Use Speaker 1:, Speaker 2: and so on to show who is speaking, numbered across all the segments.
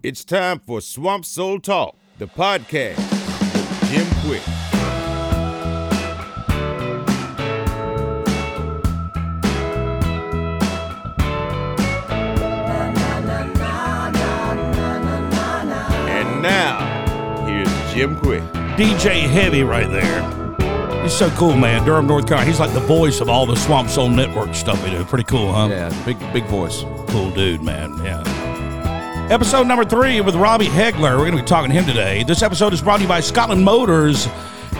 Speaker 1: It's time for Swamp Soul Talk, the podcast with Jim Quick. And now, here's Jim Quick.
Speaker 2: DJ Heavy right there. He's so cool, man. Durham, North Carolina. He's like the voice of all the Swamp Soul Network stuff we do. Pretty cool, huh?
Speaker 3: Yeah, big big voice.
Speaker 2: Cool dude, man. Yeah. Episode number three with Robbie Hegler. We're going to be talking to him today. This episode is brought to you by Scotland Motors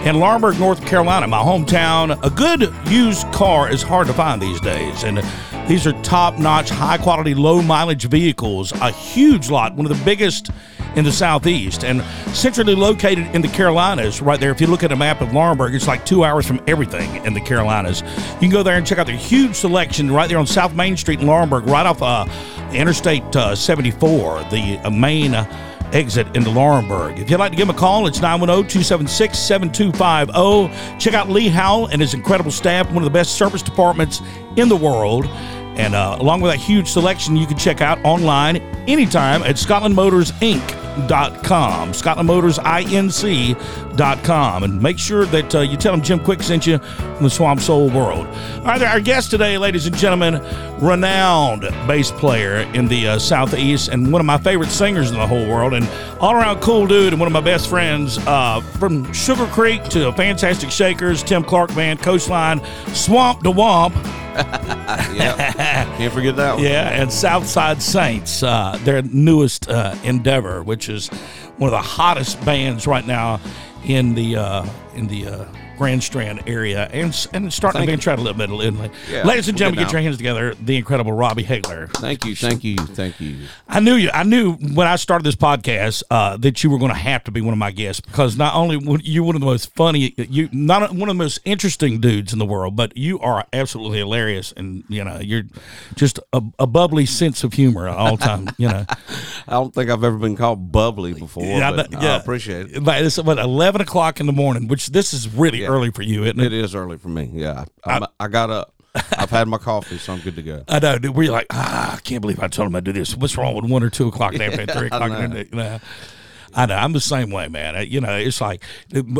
Speaker 2: in Larnberg, North Carolina, my hometown. A good used car is hard to find these days, and these are top notch, high quality, low mileage vehicles. A huge lot, one of the biggest in the southeast, and centrally located in the Carolinas, right there. If you look at a map of Larnberg, it's like two hours from everything in the Carolinas. You can go there and check out their huge selection right there on South Main Street in Larnberg, right off uh, Interstate uh, 74, the uh, main. Uh, exit into Laurenburg. If you'd like to give him a call, it's oh, 910-276-7250. oh. Check out Lee Howell and his incredible staff, one of the best service departments in the world. And uh, along with that huge selection, you can check out online anytime at ScotlandMotorsInc.com, ScotlandMotorsInc.com. And make sure that uh, you tell them Jim Quick sent you from the Swamp Soul world. All right, our guest today, ladies and gentlemen, renowned bass player in the uh, Southeast and one of my favorite singers in the whole world, and all around cool dude, and one of my best friends uh, from Sugar Creek to Fantastic Shakers, Tim Clark Band, Coastline, Swamp to Womp.
Speaker 3: Can't forget that one.
Speaker 2: Yeah, and Southside Saints, uh, their newest uh, endeavor, which is one of the hottest bands right now in the uh, in the uh, Grand Strand area, and s- and starting to venture out a little bit. Inland.
Speaker 3: Yeah,
Speaker 2: Ladies and
Speaker 3: we're
Speaker 2: gentlemen,
Speaker 3: good
Speaker 2: get your
Speaker 3: now.
Speaker 2: hands together. The incredible Robbie Hagler.
Speaker 3: Thank you, thank you, thank you.
Speaker 2: I knew you. I knew when I started this podcast uh, that you were going to have to be one of my guests because not only were you one of the most funny, you not one of the most interesting dudes in the world, but you are absolutely hilarious, and you know you're just a, a bubbly sense of humor at all time. You know,
Speaker 3: I don't think I've ever been called bubbly before, but
Speaker 2: but-
Speaker 3: I appreciate it.
Speaker 2: But it's what eleven o'clock in the morning, which this is really early for you, isn't it?
Speaker 3: It is early for me. Yeah, I'm, I, got up. I've had my coffee, so I'm good to go.
Speaker 2: I know. dude. We're like, ah, I can't believe I told him I do this. What's wrong with one or two o'clock in the afternoon, three o'clock in the afternoon? I know. I'm the same way, man. I- you know, it's like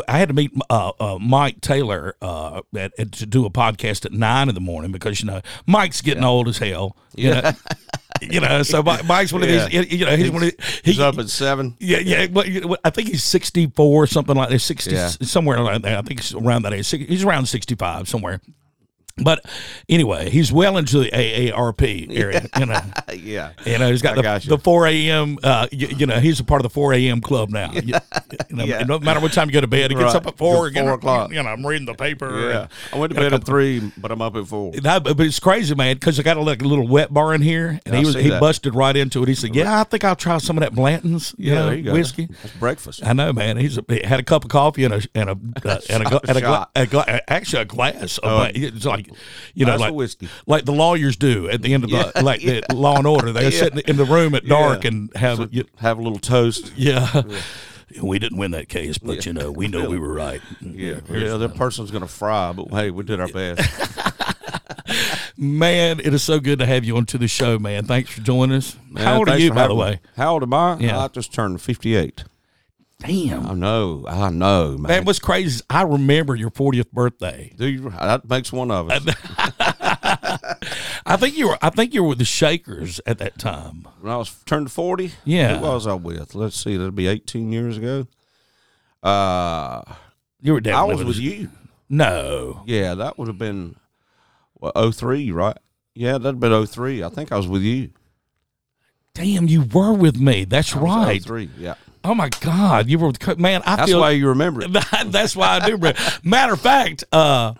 Speaker 2: I had to meet uh, uh, Mike Taylor uh, at, at- to do a podcast at nine in the morning because you know Mike's getting old as hell. You know, you know. So Mi- Mike's one of
Speaker 3: Yeah.
Speaker 2: these. You know, he's, one of the-
Speaker 3: He's
Speaker 2: he-
Speaker 3: up at seven.
Speaker 2: yeah, yeah. Well, you- well, I think he's 64, something like that. 60,
Speaker 3: Yeah.
Speaker 2: somewhere around there. I think he's around that age. Six- He's around 65, somewhere. But anyway, he's well into the AARP area. You know,
Speaker 3: Yeah,
Speaker 2: you know he's got
Speaker 3: I
Speaker 2: the,
Speaker 3: got you.
Speaker 2: the 4 a.m. Uh, you, you know, he's a part of the 4 a.m. club now. You, you know,
Speaker 3: Yeah.
Speaker 2: No matter what time you go to bed, he gets
Speaker 3: Right.
Speaker 2: up at 4
Speaker 3: Till four o'clock.
Speaker 2: You know, I'm reading the paper.
Speaker 3: yeah.
Speaker 2: and-
Speaker 3: I went to bed at three, but I'm up at four.
Speaker 2: no, but but it's crazy, man, because I got a, like, a little wet bar in here, and
Speaker 3: I
Speaker 2: he was
Speaker 3: see
Speaker 2: he
Speaker 3: that.
Speaker 2: busted right into it. He said, "Yeah, I think I'll try some of that Blanton's, you know, whiskey."
Speaker 3: That's breakfast.
Speaker 2: I know, man. He's a, he had a cup of coffee and a and a uh, and, a, gla- and a, gla-
Speaker 3: Shot.
Speaker 2: a gla- actually a glass. Of, like, it's like you know,
Speaker 3: That's a
Speaker 2: like
Speaker 3: whiskey.
Speaker 2: like the lawyers do at the end of the like the Law and Order. They're sitting in the room at dark
Speaker 3: Yeah.
Speaker 2: and have you-
Speaker 3: Have a little toast.
Speaker 2: yeah. We didn't win that case, but you know, we know we were right.
Speaker 3: Yeah, yeah. That person's gonna fry, but hey, we did our best.
Speaker 2: man, it is so good to have you onto the show, man. Thanks for joining us.
Speaker 3: Man,
Speaker 2: How old are
Speaker 3: thanks
Speaker 2: you, by
Speaker 3: for
Speaker 2: the
Speaker 3: having me.
Speaker 2: way?
Speaker 3: How old am I?
Speaker 2: Yeah.
Speaker 3: I just turned fifty-eight.
Speaker 2: Damn,
Speaker 3: I know, I know, man.
Speaker 2: man, what's crazy? is I remember your 40th birthday.
Speaker 3: Do you, that makes one of us.
Speaker 2: I think you were. I think you were with the Shakers at that time.
Speaker 3: when I was turned forty,
Speaker 2: Yeah.
Speaker 3: who was I with? Let's see, that'd be eighteen years ago. Uh,
Speaker 2: You were
Speaker 3: I
Speaker 2: definitely
Speaker 3: was
Speaker 2: the-
Speaker 3: with you.
Speaker 2: No.
Speaker 3: Yeah, that would have been well, 03, right? Yeah, that'd been 03. I think I was with you.
Speaker 2: Damn, you were with me. That's
Speaker 3: I was
Speaker 2: right.
Speaker 3: 03, Yeah,
Speaker 2: Oh my God, you were with Co- man. I
Speaker 3: that's
Speaker 2: feel
Speaker 3: why you remember it.
Speaker 2: that's why I do. bro. Matter of fact, uh,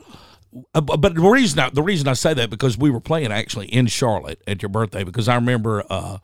Speaker 2: uh, bu- but the reason I, the reason I say that because we were playing actually in Charlotte at your birthday because I remember. Uh,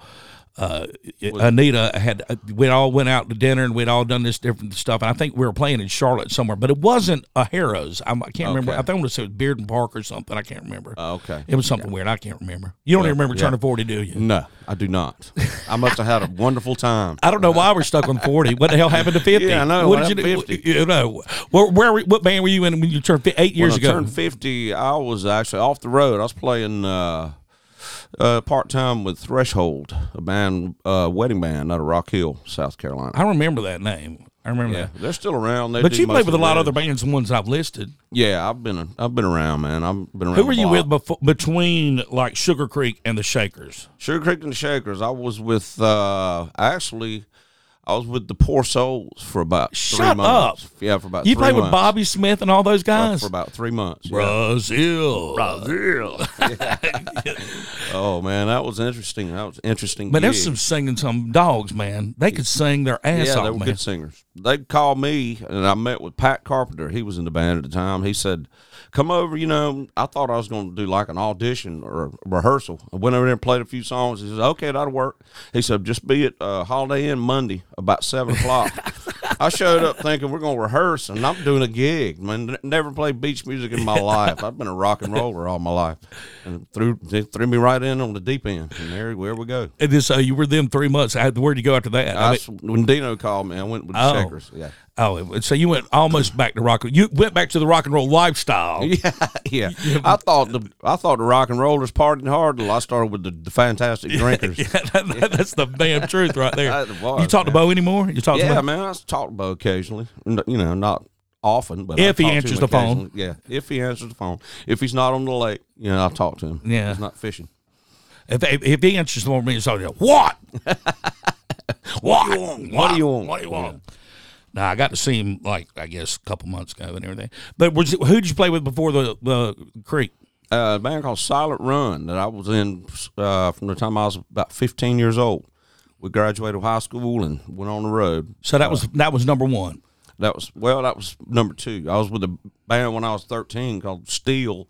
Speaker 2: uh, Anita had we all went out to dinner and we'd all done this different stuff and I think we were playing in Charlotte somewhere but it wasn't a Harrow's I'm, I can't remember I think it was Beard and Park or something I can't remember
Speaker 3: Oh, okay.
Speaker 2: it was something weird I can't remember you don't even remember turning forty do you
Speaker 3: No, I do not. I must have had a wonderful time.
Speaker 2: I don't know why we're stuck on forty. What the hell happened to fifty?
Speaker 3: Yeah, I know.
Speaker 2: What
Speaker 3: What
Speaker 2: did you do?
Speaker 3: happened to
Speaker 2: You know, where, where were- what band were you in when you turned fi- eight years
Speaker 3: when I
Speaker 2: ago?
Speaker 3: turned 50, I was actually off the road. I was playing uh, uh, part time with Threshold, a band, uh, wedding band out of Rock Hill, South Carolina.
Speaker 2: I remember that name. I remember
Speaker 3: Yeah,
Speaker 2: that.
Speaker 3: they're still around. They
Speaker 2: But
Speaker 3: do
Speaker 2: you
Speaker 3: most
Speaker 2: played
Speaker 3: of
Speaker 2: with a
Speaker 3: the
Speaker 2: lot of
Speaker 3: weddings.
Speaker 2: other bands than ones I've listed.
Speaker 3: Yeah, I've been I've been around, man. I've been around.
Speaker 2: Who
Speaker 3: the
Speaker 2: were you
Speaker 3: block.
Speaker 2: with before, between like Sugar Creek and the Shakers?
Speaker 3: Sugar Creek and the Shakers. I was with uh actually I was with the Poor Souls for about three
Speaker 2: Shut
Speaker 3: months.
Speaker 2: up.
Speaker 3: Yeah, for about
Speaker 2: You
Speaker 3: three
Speaker 2: played with
Speaker 3: months.
Speaker 2: Bobby Smith and all those guys?
Speaker 3: for about three months. Yeah.
Speaker 2: Brazil. Brazil.
Speaker 3: Oh man, that was interesting. That was interesting.
Speaker 2: But
Speaker 3: gig.
Speaker 2: there's some singing some dogs, man. They could sing their ass
Speaker 3: yeah,
Speaker 2: off,
Speaker 3: they were
Speaker 2: man.
Speaker 3: good singers. They called me, and I met with Pat Carpenter. He was in the band at the time. He said, "Come over." You know, I thought I was going to do like an audition or a rehearsal. I went over there and played a few songs. He says, "Okay, that'll work." He said, "Just be at uh, Holiday Inn Monday about seven o'clock." I showed up thinking we're going to rehearse, and I'm doing a gig. Man, n- never played beach music in my life. I've been a rock and roller all my life, and threw they threw me right in on the deep end, and there where we go.
Speaker 2: And then, so you were them three months. I- Where'd you go after that? I mean-
Speaker 3: That's when Dino called me. I went with the
Speaker 2: Oh.
Speaker 3: Checkers. Yeah.
Speaker 2: oh, it- so you went almost back to rock. You went back to the rock and roll lifestyle.
Speaker 3: Yeah, yeah. I thought the I thought the rock and rollers partied hard till I started with the, the fantastic drinkers.
Speaker 2: Yeah, that- that- that's the damn truth right there.
Speaker 3: That was,
Speaker 2: you talk to
Speaker 3: man.
Speaker 2: Bo anymore? You talk
Speaker 3: Yeah,
Speaker 2: to Bo?
Speaker 3: man. I talk about occasionally. N- You know, not often, but I
Speaker 2: If he
Speaker 3: talk to
Speaker 2: answers
Speaker 3: him
Speaker 2: the phone.
Speaker 3: occasionally. Yeah, if he answers the phone. If he's not on the lake, you know, I talk to him.
Speaker 2: Yeah.
Speaker 3: he's not fishing.
Speaker 2: If, if, if he answers more me, so what? what? do you want?
Speaker 3: What do you want?
Speaker 2: What do you want? Now I got to see him like I guess a couple months ago and everything. But was it, who did you play with before the the creek?
Speaker 3: Uh, a band called Silent Run that I was in uh, from the time I was about 15 years old. We graduated high school and went on the road.
Speaker 2: So that was that was number one.
Speaker 3: That was well. That was number two. I was with a band when I was thirteen called Steel,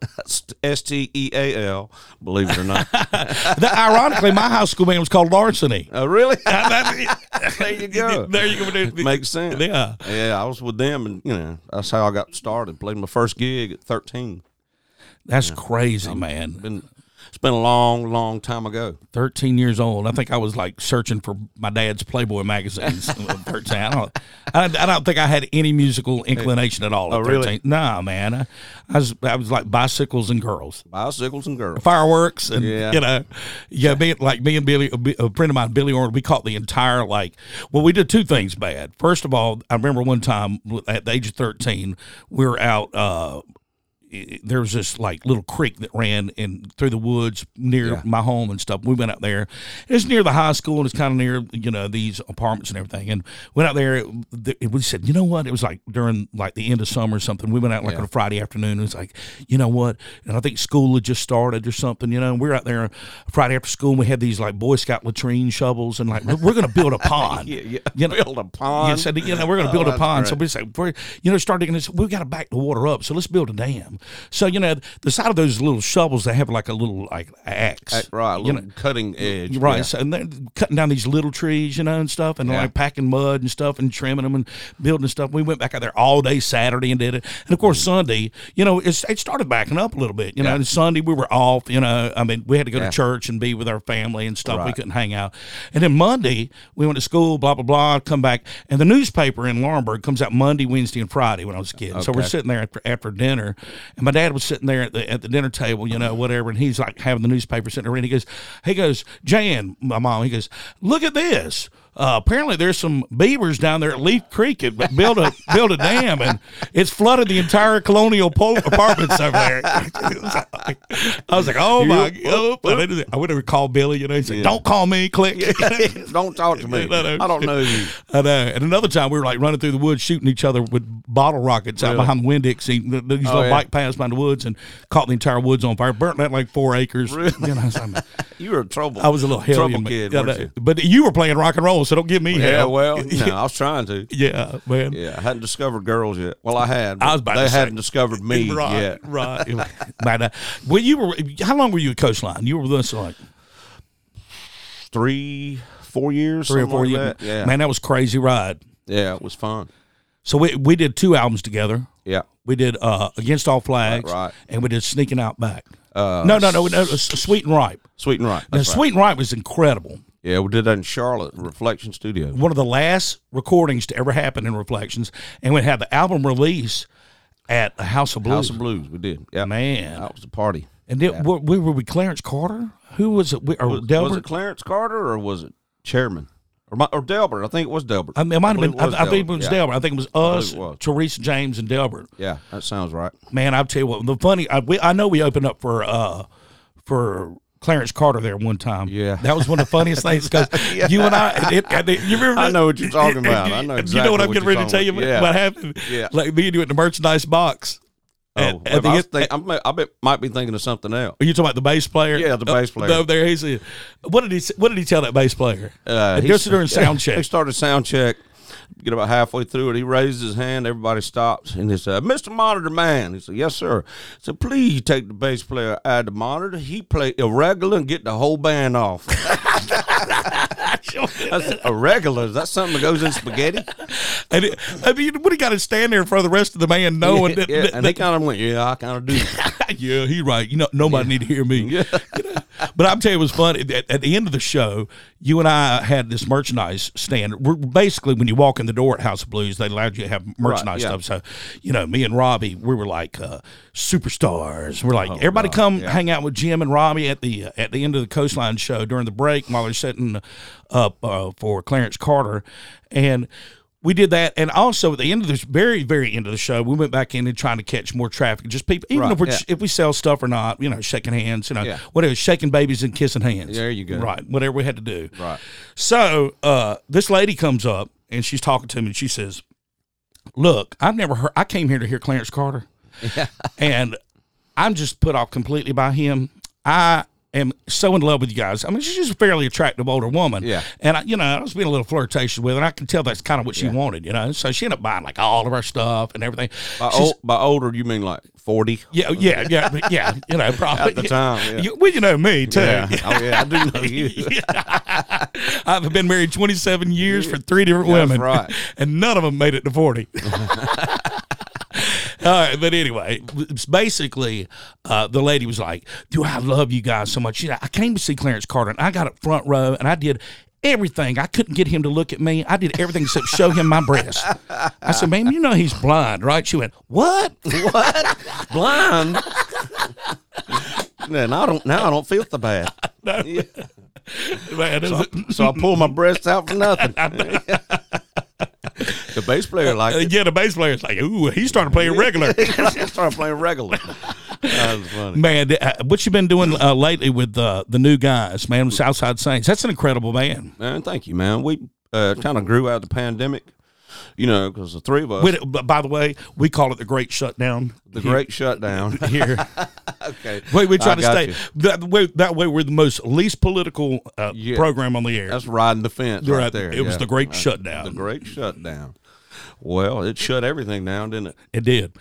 Speaker 3: S T E A L. Believe it or not.
Speaker 2: That, ironically, my high school band was called Larceny.
Speaker 3: oh, really?
Speaker 2: there
Speaker 3: there you go.
Speaker 2: you go. dude.
Speaker 3: Makes sense.
Speaker 2: Yeah.
Speaker 3: Yeah, I was with them, and you know that's how I got started. Played my first gig at thirteen.
Speaker 2: That's crazy, man.
Speaker 3: Been it's been a long, long time ago.
Speaker 2: Thirteen years old. I think I was like searching for my dad's Playboy magazines. at Thirteen. I don't. I, I don't think I had any musical inclination at all. At
Speaker 3: Oh, really?
Speaker 2: 13. Nah, man. I, I was. I was like bicycles and girls.
Speaker 3: Bicycles and girls.
Speaker 2: fireworks and
Speaker 3: Yeah.
Speaker 2: you know yeah me, like me and billy a bi- a friend of mine billy Orr, we caught the entire like well we did two things bad first of all i remember one time at the age of 13 we were out uh i- there was this like little creek that ran in through the woods near my home and stuff. We went out there. It's near the high school and it's kind of near you know these apartments and everything. And went out there. It, it- we said, you know what? It was like during like the end of summer or something. We went out like on a Friday afternoon. And it's like, you know what? And I think school had just started or something. You know, and we were out there Friday after school. and We had these like Boy Scout latrine shovels and like we're- we're gonna build a pond.
Speaker 3: Yeah, yeah.
Speaker 2: You know,
Speaker 3: Build a pond. Oh,
Speaker 2: yeah, so, you know, we're going to build a
Speaker 3: that's
Speaker 2: pond.
Speaker 3: great.
Speaker 2: So we say, we're, you know, starting this, we got to back the water up. So let's build a dam. So you know, the side of those little shovels, they have like a little like axe,
Speaker 3: right, a
Speaker 2: you
Speaker 3: little
Speaker 2: know,
Speaker 3: cutting edge.
Speaker 2: Right,
Speaker 3: yeah.
Speaker 2: so and they're cutting down these little trees, you know, and stuff, and
Speaker 3: Yeah.
Speaker 2: like packing mud and stuff, and trimming them and building stuff. We went back out there all day Saturday and did it, and of course Sunday, you know, it's, it started backing up a little bit, you know.
Speaker 3: Mm. Yeah.
Speaker 2: And Sunday we were off, you know. I mean, we had to go
Speaker 3: Yeah.
Speaker 2: to church and be with our family and stuff. We
Speaker 3: Right.
Speaker 2: couldn't hang out, and then Monday we went to school, blah blah blah. Come back, and the newspaper in Laurenburg comes out Monday, Wednesday, and Friday when I was a kid. So we're sitting there after, after dinner, and my dad was sitting there at the, at the dinner table, you know, whatever, and he's like having the newspaper sitting there, and he goes, he goes, Jan, my mom, he goes, look at this. Uh, apparently, there's some beavers down there at Leaf Creek that build a build a dam, and it's flooded the entire colonial po- apartments over there. It was like- I was like, "Oh my!" God. I mean, I would have called Billy. You know, he said, "Don't call me, click."
Speaker 3: don't talk to me.
Speaker 2: No, no.
Speaker 3: I don't know you.
Speaker 2: I know. And another time we were like running through the woods, shooting each other with bottle rockets out
Speaker 3: Really? Oh,
Speaker 2: behind Windix. These little
Speaker 3: yeah.
Speaker 2: bike paths behind the woods and caught the entire woods on fire. Burnt that like four acres. You know, so I'm-
Speaker 3: You were in trouble.
Speaker 2: I was a little hellion.
Speaker 3: trouble
Speaker 2: but-
Speaker 3: kid.
Speaker 2: yeah,
Speaker 3: weren't
Speaker 2: no,
Speaker 3: you?
Speaker 2: But you were playing rock and roll, so don't give me
Speaker 3: Yeah,
Speaker 2: hell.
Speaker 3: well, no, I was trying to.
Speaker 2: yeah, man.
Speaker 3: Yeah, I hadn't discovered girls yet. Well, I had.
Speaker 2: I was
Speaker 3: but
Speaker 2: about
Speaker 3: they
Speaker 2: to say-
Speaker 3: hadn't discovered me
Speaker 2: Right,
Speaker 3: yet.
Speaker 2: right. but, uh, well, you were. How long were you at Coastline? You were with us like
Speaker 3: Three, four years,
Speaker 2: three or
Speaker 3: something
Speaker 2: four
Speaker 3: like
Speaker 2: years.
Speaker 3: that. Yeah,
Speaker 2: Man, that was a crazy ride.
Speaker 3: yeah, it was fun.
Speaker 2: So we we did two albums together.
Speaker 3: Yeah,
Speaker 2: We did uh, Against All Flags,
Speaker 3: Right, right.
Speaker 2: and we did Sneaking Out Back. no, no, no, no, S- Sweet and Ripe.
Speaker 3: sweet and right.
Speaker 2: Now,
Speaker 3: That's right.
Speaker 2: Sweet and Ripe was incredible.
Speaker 3: Yeah, we did that in Charlotte, Reflection Studio.
Speaker 2: One of the last recordings to ever happen in Reflections, and we had the album release at the House of Blues.
Speaker 3: House of Blues, we did. Yeah,
Speaker 2: Man.
Speaker 3: that was a party.
Speaker 2: And then wh- where were we? Clarence Carter? Who was it? We- Or
Speaker 3: Was,
Speaker 2: Delbert?
Speaker 3: was it Clarence Carter or was it Chairman or, my, or Delbert? I think it was Delbert.
Speaker 2: I mean, it might have been.
Speaker 3: believe was
Speaker 2: I, I think it was
Speaker 3: yeah.
Speaker 2: Delbert. I think it was us,
Speaker 3: it was.
Speaker 2: Teresa James, and Delbert.
Speaker 3: Yeah, that sounds right.
Speaker 2: Man, I'll tell you what. The funny, I, we, I know we opened up for uh for Clarence Carter there one time.
Speaker 3: Yeah.
Speaker 2: that was one of the funniest things because you and I, it, it- it- you remember?
Speaker 3: I
Speaker 2: that?
Speaker 3: know what you're talking about. I know
Speaker 2: you know
Speaker 3: exactly
Speaker 2: what I'm
Speaker 3: what
Speaker 2: getting
Speaker 3: you're
Speaker 2: ready to tell you
Speaker 3: talking about. Yeah.
Speaker 2: what happened.
Speaker 3: Yeah.
Speaker 2: like me and you at the merchandise box.
Speaker 3: Oh,
Speaker 2: at the
Speaker 3: I,
Speaker 2: end-
Speaker 3: was think, I'm, I bet, might be thinking of something else.
Speaker 2: Are you talking about the bass player?
Speaker 3: Yeah, the bass
Speaker 2: Uh,
Speaker 3: player.
Speaker 2: Over there, he said, "What did he? s- What did he tell that bass player?"
Speaker 3: Uh, he-
Speaker 2: this is during sound check.
Speaker 3: They started sound check. Get about halfway through it, he raises his hand. Everybody stops, and he said, "Mr. Monitor Man." He said, "Yes, sir." He said, "Please take the bass player out of the monitor. He play irregular and get the whole band off." I said, irregular? Is that something that goes in spaghetti?
Speaker 2: And it, I mean, what he got to stand there in front of the rest of the man, knowing that,
Speaker 3: yeah,
Speaker 2: that-
Speaker 3: and they kind of went, "Yeah, I kind of do."
Speaker 2: yeah, he right. You know, nobody need to hear me. but I'm telling you, it was funny. At, at the end of the show, you and I had this merchandise stand. We're basically when you walk in the door at House of Blues, they allowed you to have merchandise
Speaker 3: yeah.
Speaker 2: stuff. So, you know, me and Robbie, we were like uh, superstars. We're
Speaker 3: Oh,
Speaker 2: like, everybody come hang out with Jim and Robbie at the uh, at the end of the Coastline show during the break while they're setting up uh, for Clarence Carter, and we did that, and also at the end of this very, very end of the show, we went back in and trying to catch more traffic. Just people, even
Speaker 3: Right,
Speaker 2: if we're
Speaker 3: yeah.
Speaker 2: if we sell stuff or not, you know, shaking hands, you know,
Speaker 3: Yeah.
Speaker 2: whatever, shaking babies and kissing hands.
Speaker 3: There you go.
Speaker 2: Right, whatever we had to do.
Speaker 3: Right.
Speaker 2: So uh, this lady comes up and she's talking to me, and she says, "Look, I've never heard. I came here to hear Clarence Carter, and I'm just put off completely by him. I." am so in love with you guys. I mean, she's just a fairly attractive older woman.
Speaker 3: Yeah.
Speaker 2: And I, you know, I was being a little flirtatious with her. And I can tell that's kind of what she wanted, you know. So she ended up buying like all of our stuff and everything.
Speaker 3: By,
Speaker 2: She's-
Speaker 3: old, by older, you mean like forty?
Speaker 2: yeah, yeah, yeah, but yeah. You know, probably
Speaker 3: At the time, yeah.
Speaker 2: You, well, you know me too.
Speaker 3: Yeah. oh yeah, I do know you.
Speaker 2: I've been married 27 years for three different
Speaker 3: That's
Speaker 2: women,
Speaker 3: right.
Speaker 2: and none of them made it to 40. All right, but anyway, it's basically, uh, the lady was like, "Do I love you guys so much?" She said, I came to see Clarence Carter, and I got up front row, and I did everything. I couldn't get him to look at me. I did everything except show him my breast. I said, "Ma'am, you know he's blind, right?" She went, "What?"
Speaker 3: blind. Then I don't now I don't feel the bad.
Speaker 2: Man, it was-
Speaker 3: So I pull my breasts out for nothing. the bass player like
Speaker 2: Uh,
Speaker 3: it.
Speaker 2: yeah, the bass player's like, ooh, he's starting to play regular.
Speaker 3: started playing regular. That was funny.
Speaker 2: man, th- uh, what you been doing uh, lately with uh, the new guys, man, with Southside Saints? That's an incredible band.
Speaker 3: Man, thank you, man. We uh, kind of grew out of the pandemic, you know, because the three of us,
Speaker 2: We, b- by the way, we call it the Great Shutdown
Speaker 3: the great shutdown.
Speaker 2: here.
Speaker 3: okay.
Speaker 2: we, we try
Speaker 3: I
Speaker 2: to
Speaker 3: got
Speaker 2: stay
Speaker 3: you.
Speaker 2: that way. That way, we're the most least political uh,
Speaker 3: Yeah.
Speaker 2: program on the air.
Speaker 3: That's riding the fence
Speaker 2: You're
Speaker 3: right,
Speaker 2: right.
Speaker 3: there.
Speaker 2: It was
Speaker 3: yeah.
Speaker 2: the Great
Speaker 3: That's
Speaker 2: Shutdown.
Speaker 3: The great shutdown. Well, it shut everything down, didn't it?
Speaker 2: it did.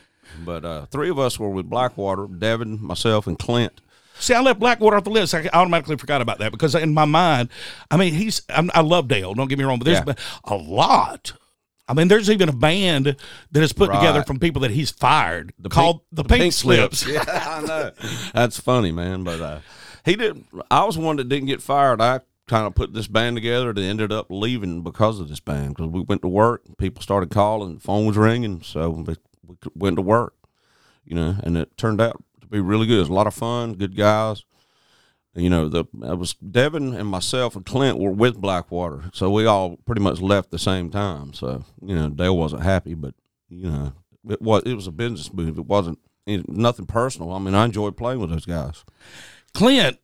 Speaker 3: But uh, three of us were with Blackwater, Devin, myself, and Clint.
Speaker 2: See, I left Blackwater off the list. I automatically forgot about that because in my mind, I mean, he's I'm, I love Dale. Don't get me wrong, but there's
Speaker 3: Yeah.
Speaker 2: been a lot. I mean, there's even a band that is put together
Speaker 3: Right.
Speaker 2: from people that he's fired called
Speaker 3: pink-
Speaker 2: the Pink, Slips.
Speaker 3: Yeah, I know. That's funny, man. But uh, he did. I was one that didn't get fired. I kind of put this band together that ended up leaving because of this band because we went to work. People started calling, phone was ringing, so we, we c- went to work. You know, and it turned out to be really good. It was a lot of fun. Good guys. You know, the it was Devin and myself and Clint were with Blackwater, so we all pretty much left the same time. So you know, Dale wasn't happy, but you know, it was it was a business move. It wasn't it, nothing personal. I mean, I enjoyed playing with those guys.
Speaker 2: Clint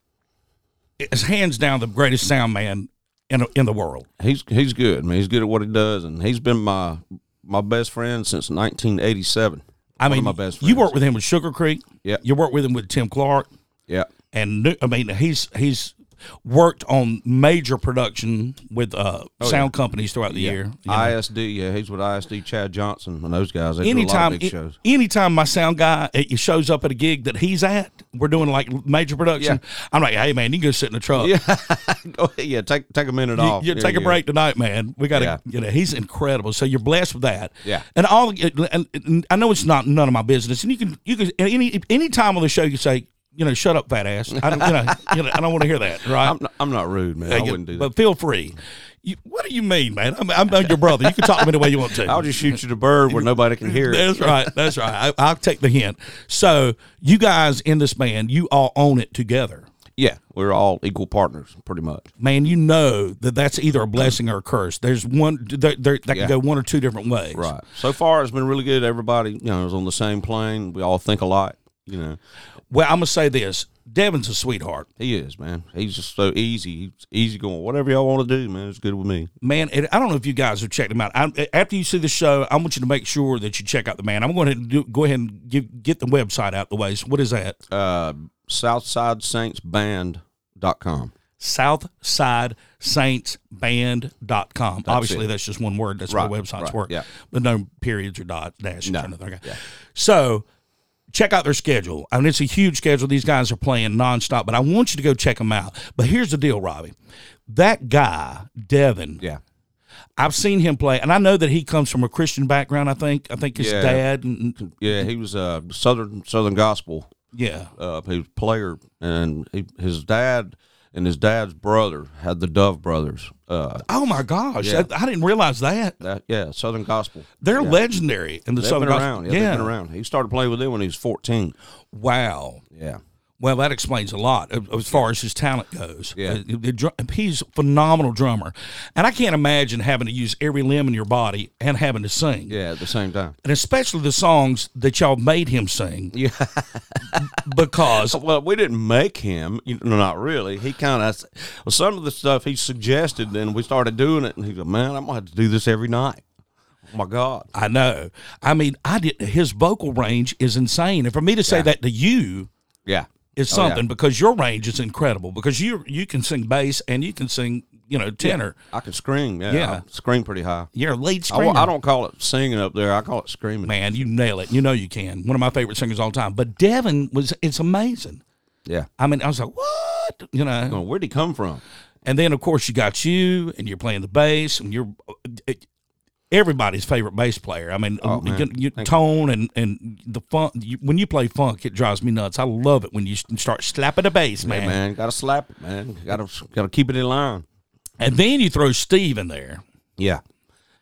Speaker 2: is hands down the greatest sound man in in the world.
Speaker 3: He's he's good. I mean, he's good at what he does, and he's been my my best friend since 1987.
Speaker 2: I
Speaker 3: One
Speaker 2: mean,
Speaker 3: of my best friends.
Speaker 2: you worked with him with Sugar Creek.
Speaker 3: Yeah.
Speaker 2: you worked with him with Tim Clark,
Speaker 3: yeah.
Speaker 2: and new- I mean, he's he's worked on major production with uh,
Speaker 3: Oh,
Speaker 2: sound companies throughout the year. you know.
Speaker 3: ISD, yeah, he's with ISD. Chad Johnson and those guys. They do a lot
Speaker 2: anytime
Speaker 3: of big shows.
Speaker 2: anytime my sound guy it shows up at a gig that he's at, we're doing like major production. I'm like, hey man, you can go sit in the truck.
Speaker 3: Yeah, Go ahead, yeah. Take take a minute
Speaker 2: You,
Speaker 3: off.
Speaker 2: you
Speaker 3: There
Speaker 2: take a
Speaker 3: go.
Speaker 2: break tonight, man. We got to,
Speaker 3: Yeah.
Speaker 2: you know, he's incredible. So you're blessed with that.
Speaker 3: Yeah.
Speaker 2: And all, and, and I know it's not none of my business. And you can, you can, at any any time on the show, you say, you know, shut up, fat ass. I don't, you know, you know, I don't want to hear that, right?
Speaker 3: I'm not, I'm not rude, man. I wouldn't do that.
Speaker 2: But feel free. You, what do you mean, man? I'm, I'm, I'm your brother. You can talk to me the way you want to.
Speaker 3: I'll just shoot you the bird where nobody can hear it.
Speaker 2: That's right. That's right. I, I'll take the hint. So you guys in this band, you all own it together.
Speaker 3: Yeah, we're all equal partners, pretty much.
Speaker 2: Man, you know that that's either a blessing or a curse. There's one there, there, that
Speaker 3: Yeah.
Speaker 2: can go one or two different ways.
Speaker 3: Right. So far, it's been really good. Everybody, you know, is on the same plane. We all think alike. You know,
Speaker 2: Well, I'm gonna say this. Devin's a sweetheart.
Speaker 3: he is man. He's just so easy. He's easy going. Whatever y'all want to do, man, it's good with me.
Speaker 2: man, and I don't know if you guys have checked him out. I, after you see the show, I want you to make sure that you check out the man. I'm going to do, go ahead and give, get the website out the way. So what is that?
Speaker 3: Uh, Southside Saints Band dot com.
Speaker 2: SouthsideSaintsBand.com. Obviously,
Speaker 3: it.
Speaker 2: that's just one word. That's
Speaker 3: Right,
Speaker 2: how websites
Speaker 3: right,
Speaker 2: work.
Speaker 3: yeah.
Speaker 2: But no periods or dot dashes
Speaker 3: No,
Speaker 2: or nothing. Okay. So check out their schedule. I mean, it's a huge schedule. These guys are playing nonstop, but I want you to go check them out. But here's the deal, Robbie. That guy, Devin,
Speaker 3: Yeah.
Speaker 2: I've seen him play, and I know that he comes from a Christian background. I think. I think his
Speaker 3: Yeah.
Speaker 2: dad. And,
Speaker 3: Yeah, he was uh, Southern Southern Gospel.
Speaker 2: yeah.
Speaker 3: Uh, he was a player, and he, his dad and his dad's brother had the Dove Brothers. Uh,
Speaker 2: Oh my gosh!
Speaker 3: Yeah.
Speaker 2: I, I didn't realize that
Speaker 3: that, yeah, Southern Gospel.
Speaker 2: they're legendary in the
Speaker 3: They've
Speaker 2: Southern
Speaker 3: been
Speaker 2: Gospel-
Speaker 3: around. Yeah, they've been around. He started playing with them when he was fourteen.
Speaker 2: Wow.
Speaker 3: Yeah.
Speaker 2: Well, that explains a lot as as far as his talent goes.
Speaker 3: Yeah.
Speaker 2: Uh, the drum- he's a phenomenal drummer, and I can't imagine having to use every limb in your body and having to sing.
Speaker 3: Yeah, at the same time.
Speaker 2: And especially the songs that y'all made him sing. Yeah. because
Speaker 3: Well, we didn't make him. You know, not really. He kind of well, some of the stuff he suggested, and we started doing it. And he said, "Man, I'm gonna have to do this every night." Oh my God!
Speaker 2: I know. I mean, I did. His vocal range is insane, and for me to say that to you
Speaker 3: Yeah,
Speaker 2: is
Speaker 3: Oh, yeah.
Speaker 2: something because your range is incredible. Because you you can sing bass and you can sing you know tenor.
Speaker 3: I can scream. Yeah,
Speaker 2: Yeah.
Speaker 3: I scream pretty high.
Speaker 2: You're a lead
Speaker 3: I,
Speaker 2: screamer.
Speaker 3: wa- I don't call it singing up there. I call it screaming.
Speaker 2: Man, you nail it. You know you can. One of my favorite singers of all time. But Devin was it's amazing.
Speaker 3: Yeah.
Speaker 2: I mean, I was like, what? You know.
Speaker 3: Well, where'd he come from?
Speaker 2: And then of course you got you, and you're playing the bass, and you're. It, Everybody's favorite bass player. I mean, um, you-
Speaker 3: Oh, man.
Speaker 2: you- tone and and the funk. You, when you play funk, it drives me nuts. I love it when you s- start slapping the bass, man.
Speaker 3: Hey, man, gotta slap it, man. Gotta gotta keep it in line.
Speaker 2: And then you throw Steve in there.
Speaker 3: Yeah,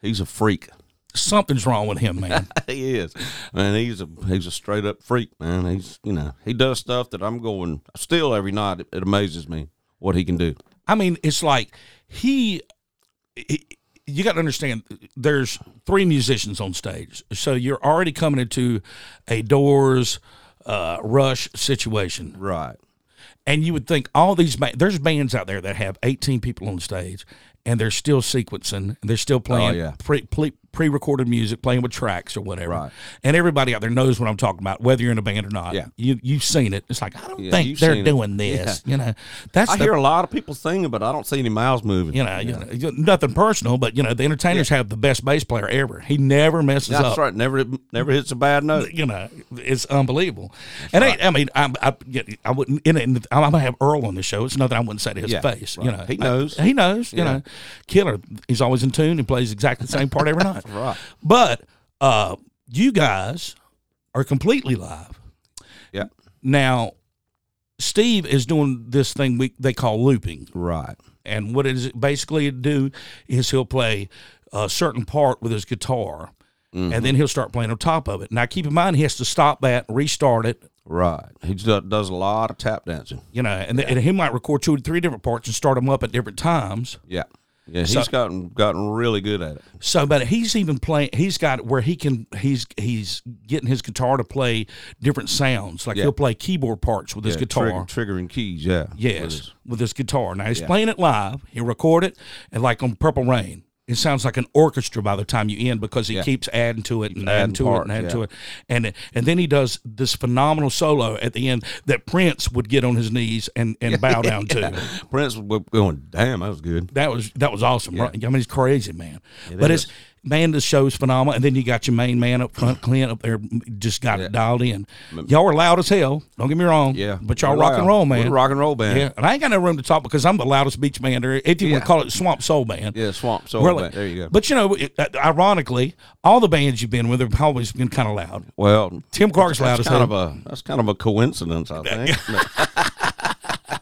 Speaker 3: he's a freak.
Speaker 2: Something's wrong with him, man.
Speaker 3: he is, man. He's a he's a straight up freak, man. He's you know he does stuff that I'm going still every night. It, it amazes me what he can do.
Speaker 2: I mean, it's like he, he- you got to understand there's three musicians on stage. So you're already coming into a Doors uh, Rush situation.
Speaker 3: Right.
Speaker 2: And you would think all these ba- there's bands out there that have 18 people on stage and they're still sequencing, they're still playing
Speaker 3: Oh, yeah.
Speaker 2: pre, pre, pre-recorded music, playing with tracks or whatever.
Speaker 3: Right.
Speaker 2: And everybody out there knows what I'm talking about, whether you're in a band or not.
Speaker 3: Yeah.
Speaker 2: You you've seen it. It's like I don't
Speaker 3: Yeah,
Speaker 2: think
Speaker 3: you've
Speaker 2: they're
Speaker 3: seen it.
Speaker 2: doing this, you know. That's
Speaker 3: I
Speaker 2: the
Speaker 3: hear a lot of people singing, but I don't see any mouths moving.
Speaker 2: you know, you know, you- nothing personal, but you know, the entertainers have the best bass player ever. He never messes
Speaker 3: that's
Speaker 2: up.
Speaker 3: right. Never never hits a bad note.
Speaker 2: You know, it's unbelievable. and I, I mean, I, I, yeah, I wouldn't. In, in, I'm gonna have Earl on the show. It's nothing I wouldn't say to his
Speaker 3: Yeah,
Speaker 2: face. You
Speaker 3: right.
Speaker 2: know,
Speaker 3: He knows.
Speaker 2: I- he knows. You know, killer. He's always in tune and plays exactly the same part every night.
Speaker 3: Right.
Speaker 2: But uh, you guys are completely live
Speaker 3: Yeah.
Speaker 2: now. Steve is doing this thing we they call looping.
Speaker 3: Right.
Speaker 2: And what is it basically do is he'll play a certain part with his guitar, and then he'll start playing on top of it. Now keep in mind he has to stop that, restart it,
Speaker 3: Right. He do- does a lot of tap dancing.
Speaker 2: you know, and, and he might record two or three different parts and start them up at different times.
Speaker 3: Yeah. Yeah. He's gotten gotten really good at it.
Speaker 2: So, but he's even playing. He's got where he can. He's he's getting his guitar to play different sounds. Like he'll play keyboard parts with his
Speaker 3: Yeah,
Speaker 2: guitar.
Speaker 3: trig- triggering keys. Yeah. With
Speaker 2: Yes,
Speaker 3: his-
Speaker 2: with his guitar. Now he's playing it live. He record it, and like on Purple Rain, it sounds like an orchestra by the time you end because he keeps adding to it and adding,
Speaker 3: adding
Speaker 2: to it
Speaker 3: parts,
Speaker 2: and adding
Speaker 3: yeah.
Speaker 2: to it, and and then he does this phenomenal solo at the end that Prince would get on his knees and and bow down to.
Speaker 3: Prince was going. Damn, that was good.
Speaker 2: That was that was awesome. Right? I mean, it's crazy, man. but it's man, the show's phenomenal. And then you got your main man up front, Clint up there, just got it dialed in. Y'all were loud as hell. Don't get me wrong.
Speaker 3: Yeah,
Speaker 2: but y'all
Speaker 3: we're
Speaker 2: rock and
Speaker 3: loud.
Speaker 2: roll,
Speaker 3: We're
Speaker 2: man.
Speaker 3: a rock and roll band.
Speaker 2: Yeah, and I ain't got no room to talk because I'm the loudest beach band there. If you want
Speaker 3: Yeah.
Speaker 2: to call it swamp soul band.
Speaker 3: Yeah, swamp soul.
Speaker 2: Really.
Speaker 3: band. There you go.
Speaker 2: But you know, it, uh, ironically, all the bands you've been with have always been kind of loud.
Speaker 3: well,
Speaker 2: Tim Clark's loud as
Speaker 3: that's kind of
Speaker 2: hell.
Speaker 3: a that's kind of a coincidence, I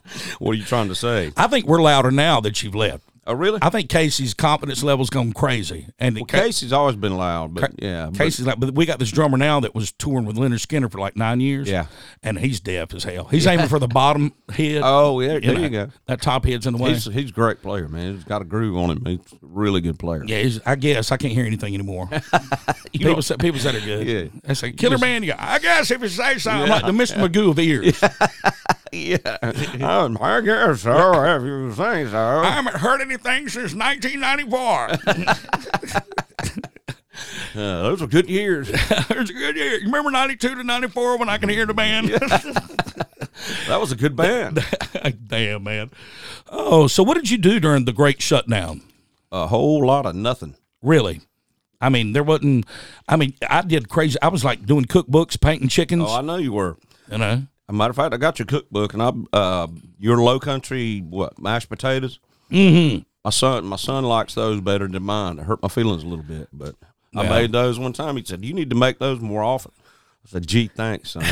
Speaker 3: think. what are you trying to say?
Speaker 2: I think we're louder now that you've left.
Speaker 3: Oh, really?
Speaker 2: I think Casey's confidence level's gone crazy, and
Speaker 3: Well, Casey's always been loud, but yeah, but-
Speaker 2: Casey's like, but we got this drummer now that was touring with Leonard Skinner for like nine years.
Speaker 3: Yeah.
Speaker 2: And he's deaf as hell. He's aiming for the bottom head.
Speaker 3: Oh, yeah, there you
Speaker 2: know,
Speaker 3: go.
Speaker 2: That top head's in the way.
Speaker 3: He's he's a great player, man. He's got a groove on him. He's a really good player.
Speaker 2: yeah, he's, I guess I can't hear anything anymore. people, say, people said are good.
Speaker 3: Yeah.
Speaker 2: They say, Killer Man, you go, I guess if you say so. I'm like the Mr. Magoo of ears.
Speaker 3: yeah. Um, I guess so. If you say
Speaker 2: I
Speaker 3: so.
Speaker 2: haven't heard anything since 1994.
Speaker 3: Uh, those were good years.
Speaker 2: There's a good year. You remember 92 to 94 when I can hear the band?
Speaker 3: that was a good band.
Speaker 2: Damn, man. Oh, so what did you do during the great shutdown?
Speaker 3: a whole lot of nothing.
Speaker 2: Really? I mean, there wasn't. I mean, I did crazy. I was like doing cookbooks, painting chickens.
Speaker 3: Oh, I know you were.
Speaker 2: you know,
Speaker 3: As a matter of fact, I got your cookbook and I uh your low country what mashed potatoes. Mm-hmm. My son, my son likes those better than mine. It hurt my feelings a little bit, but I
Speaker 2: Yeah.
Speaker 3: made those one time. He said, "You need to make those more often." I said, "Gee, thanks, son."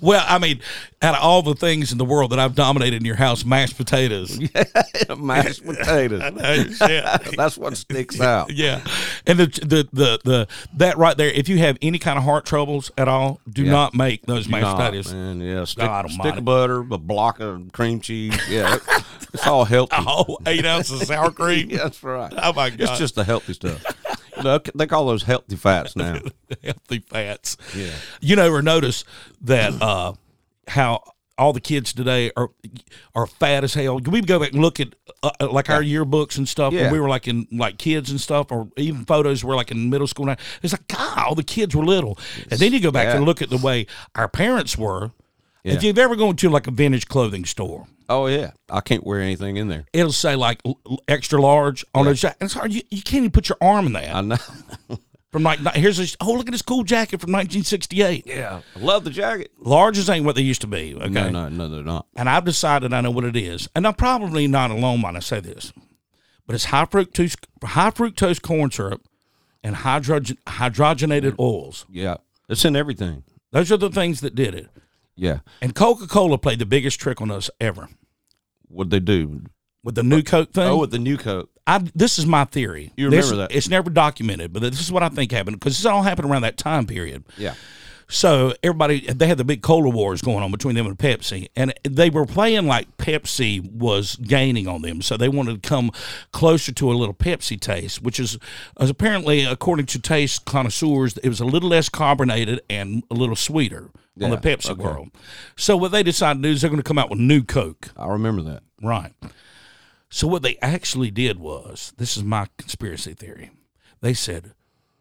Speaker 2: well, I mean, out of all the things in the world that I've dominated in your house, mashed potatoes.
Speaker 3: mashed potatoes.
Speaker 2: Hey, shit.
Speaker 3: That's what sticks out.
Speaker 2: Yeah, and the, the the the that right there. If you have any kind of heart troubles at all, do
Speaker 3: Yeah.
Speaker 2: not make those mashed
Speaker 3: Nah,
Speaker 2: potatoes.
Speaker 3: man, yeah, stick,
Speaker 2: I don't
Speaker 3: stick
Speaker 2: mind
Speaker 3: of
Speaker 2: it.
Speaker 3: butter, a block of cream cheese. Yeah, it- it's all healthy.
Speaker 2: Oh, eight ounces of sour cream.
Speaker 3: Yeah, that's right.
Speaker 2: Oh my
Speaker 3: It's
Speaker 2: god,
Speaker 3: just the healthy stuff. You know, they call those healthy fats now.
Speaker 2: healthy fats.
Speaker 3: Yeah.
Speaker 2: You know, or notice that uh, how all the kids today are are fat as hell. We go back and look at uh, uh, like our yearbooks and stuff
Speaker 3: Yeah.
Speaker 2: when we were like in like kids and stuff, or even photos were like in middle school. Now it's like God, all the kids were little, and then you go back
Speaker 3: Yeah.
Speaker 2: and look at the way our parents were. If
Speaker 3: Yeah.
Speaker 2: you've ever gone to like a vintage clothing store,
Speaker 3: Oh yeah, I can't wear anything in there.
Speaker 2: it'll say like l- l- extra large on a jacket. It's hard. You, you can't even put your arm in that.
Speaker 3: I know.
Speaker 2: from like ni- here's this. Oh, look at this cool jacket from 1968.
Speaker 3: Yeah, I love the jacket.
Speaker 2: Larges ain't what they used to be. Okay.
Speaker 3: No, no, no, they're not.
Speaker 2: And I've decided I know what it is. And I'm probably not alone when I say this, but it's high fructose, high fructose corn syrup and hydrogen, hydrogenated oils.
Speaker 3: Yeah, it's in everything.
Speaker 2: Those are the things that did it.
Speaker 3: Yeah,
Speaker 2: And Coca Cola played the biggest trick on us ever
Speaker 3: what they do?
Speaker 2: with the new Coke thing.
Speaker 3: Oh, with the new coat.
Speaker 2: I, this is my theory.
Speaker 3: You
Speaker 2: This-
Speaker 3: remember that.
Speaker 2: It's never documented, but this is what I think happened because this all happened around that time period.
Speaker 3: Yeah,
Speaker 2: So everybody, they had the big cola wars going on between them and Pepsi, and they were playing like Pepsi was gaining on them. So they wanted to come closer to a little Pepsi taste, which is, is apparently, according to taste connoisseurs, it was a little less carbonated and a little sweeter on the
Speaker 3: Yeah,
Speaker 2: Pepsi world. So what they decided to do is they're going to come out with new Coke,
Speaker 3: I remember that.
Speaker 2: right? So what they actually did was, this is my conspiracy theory. They said,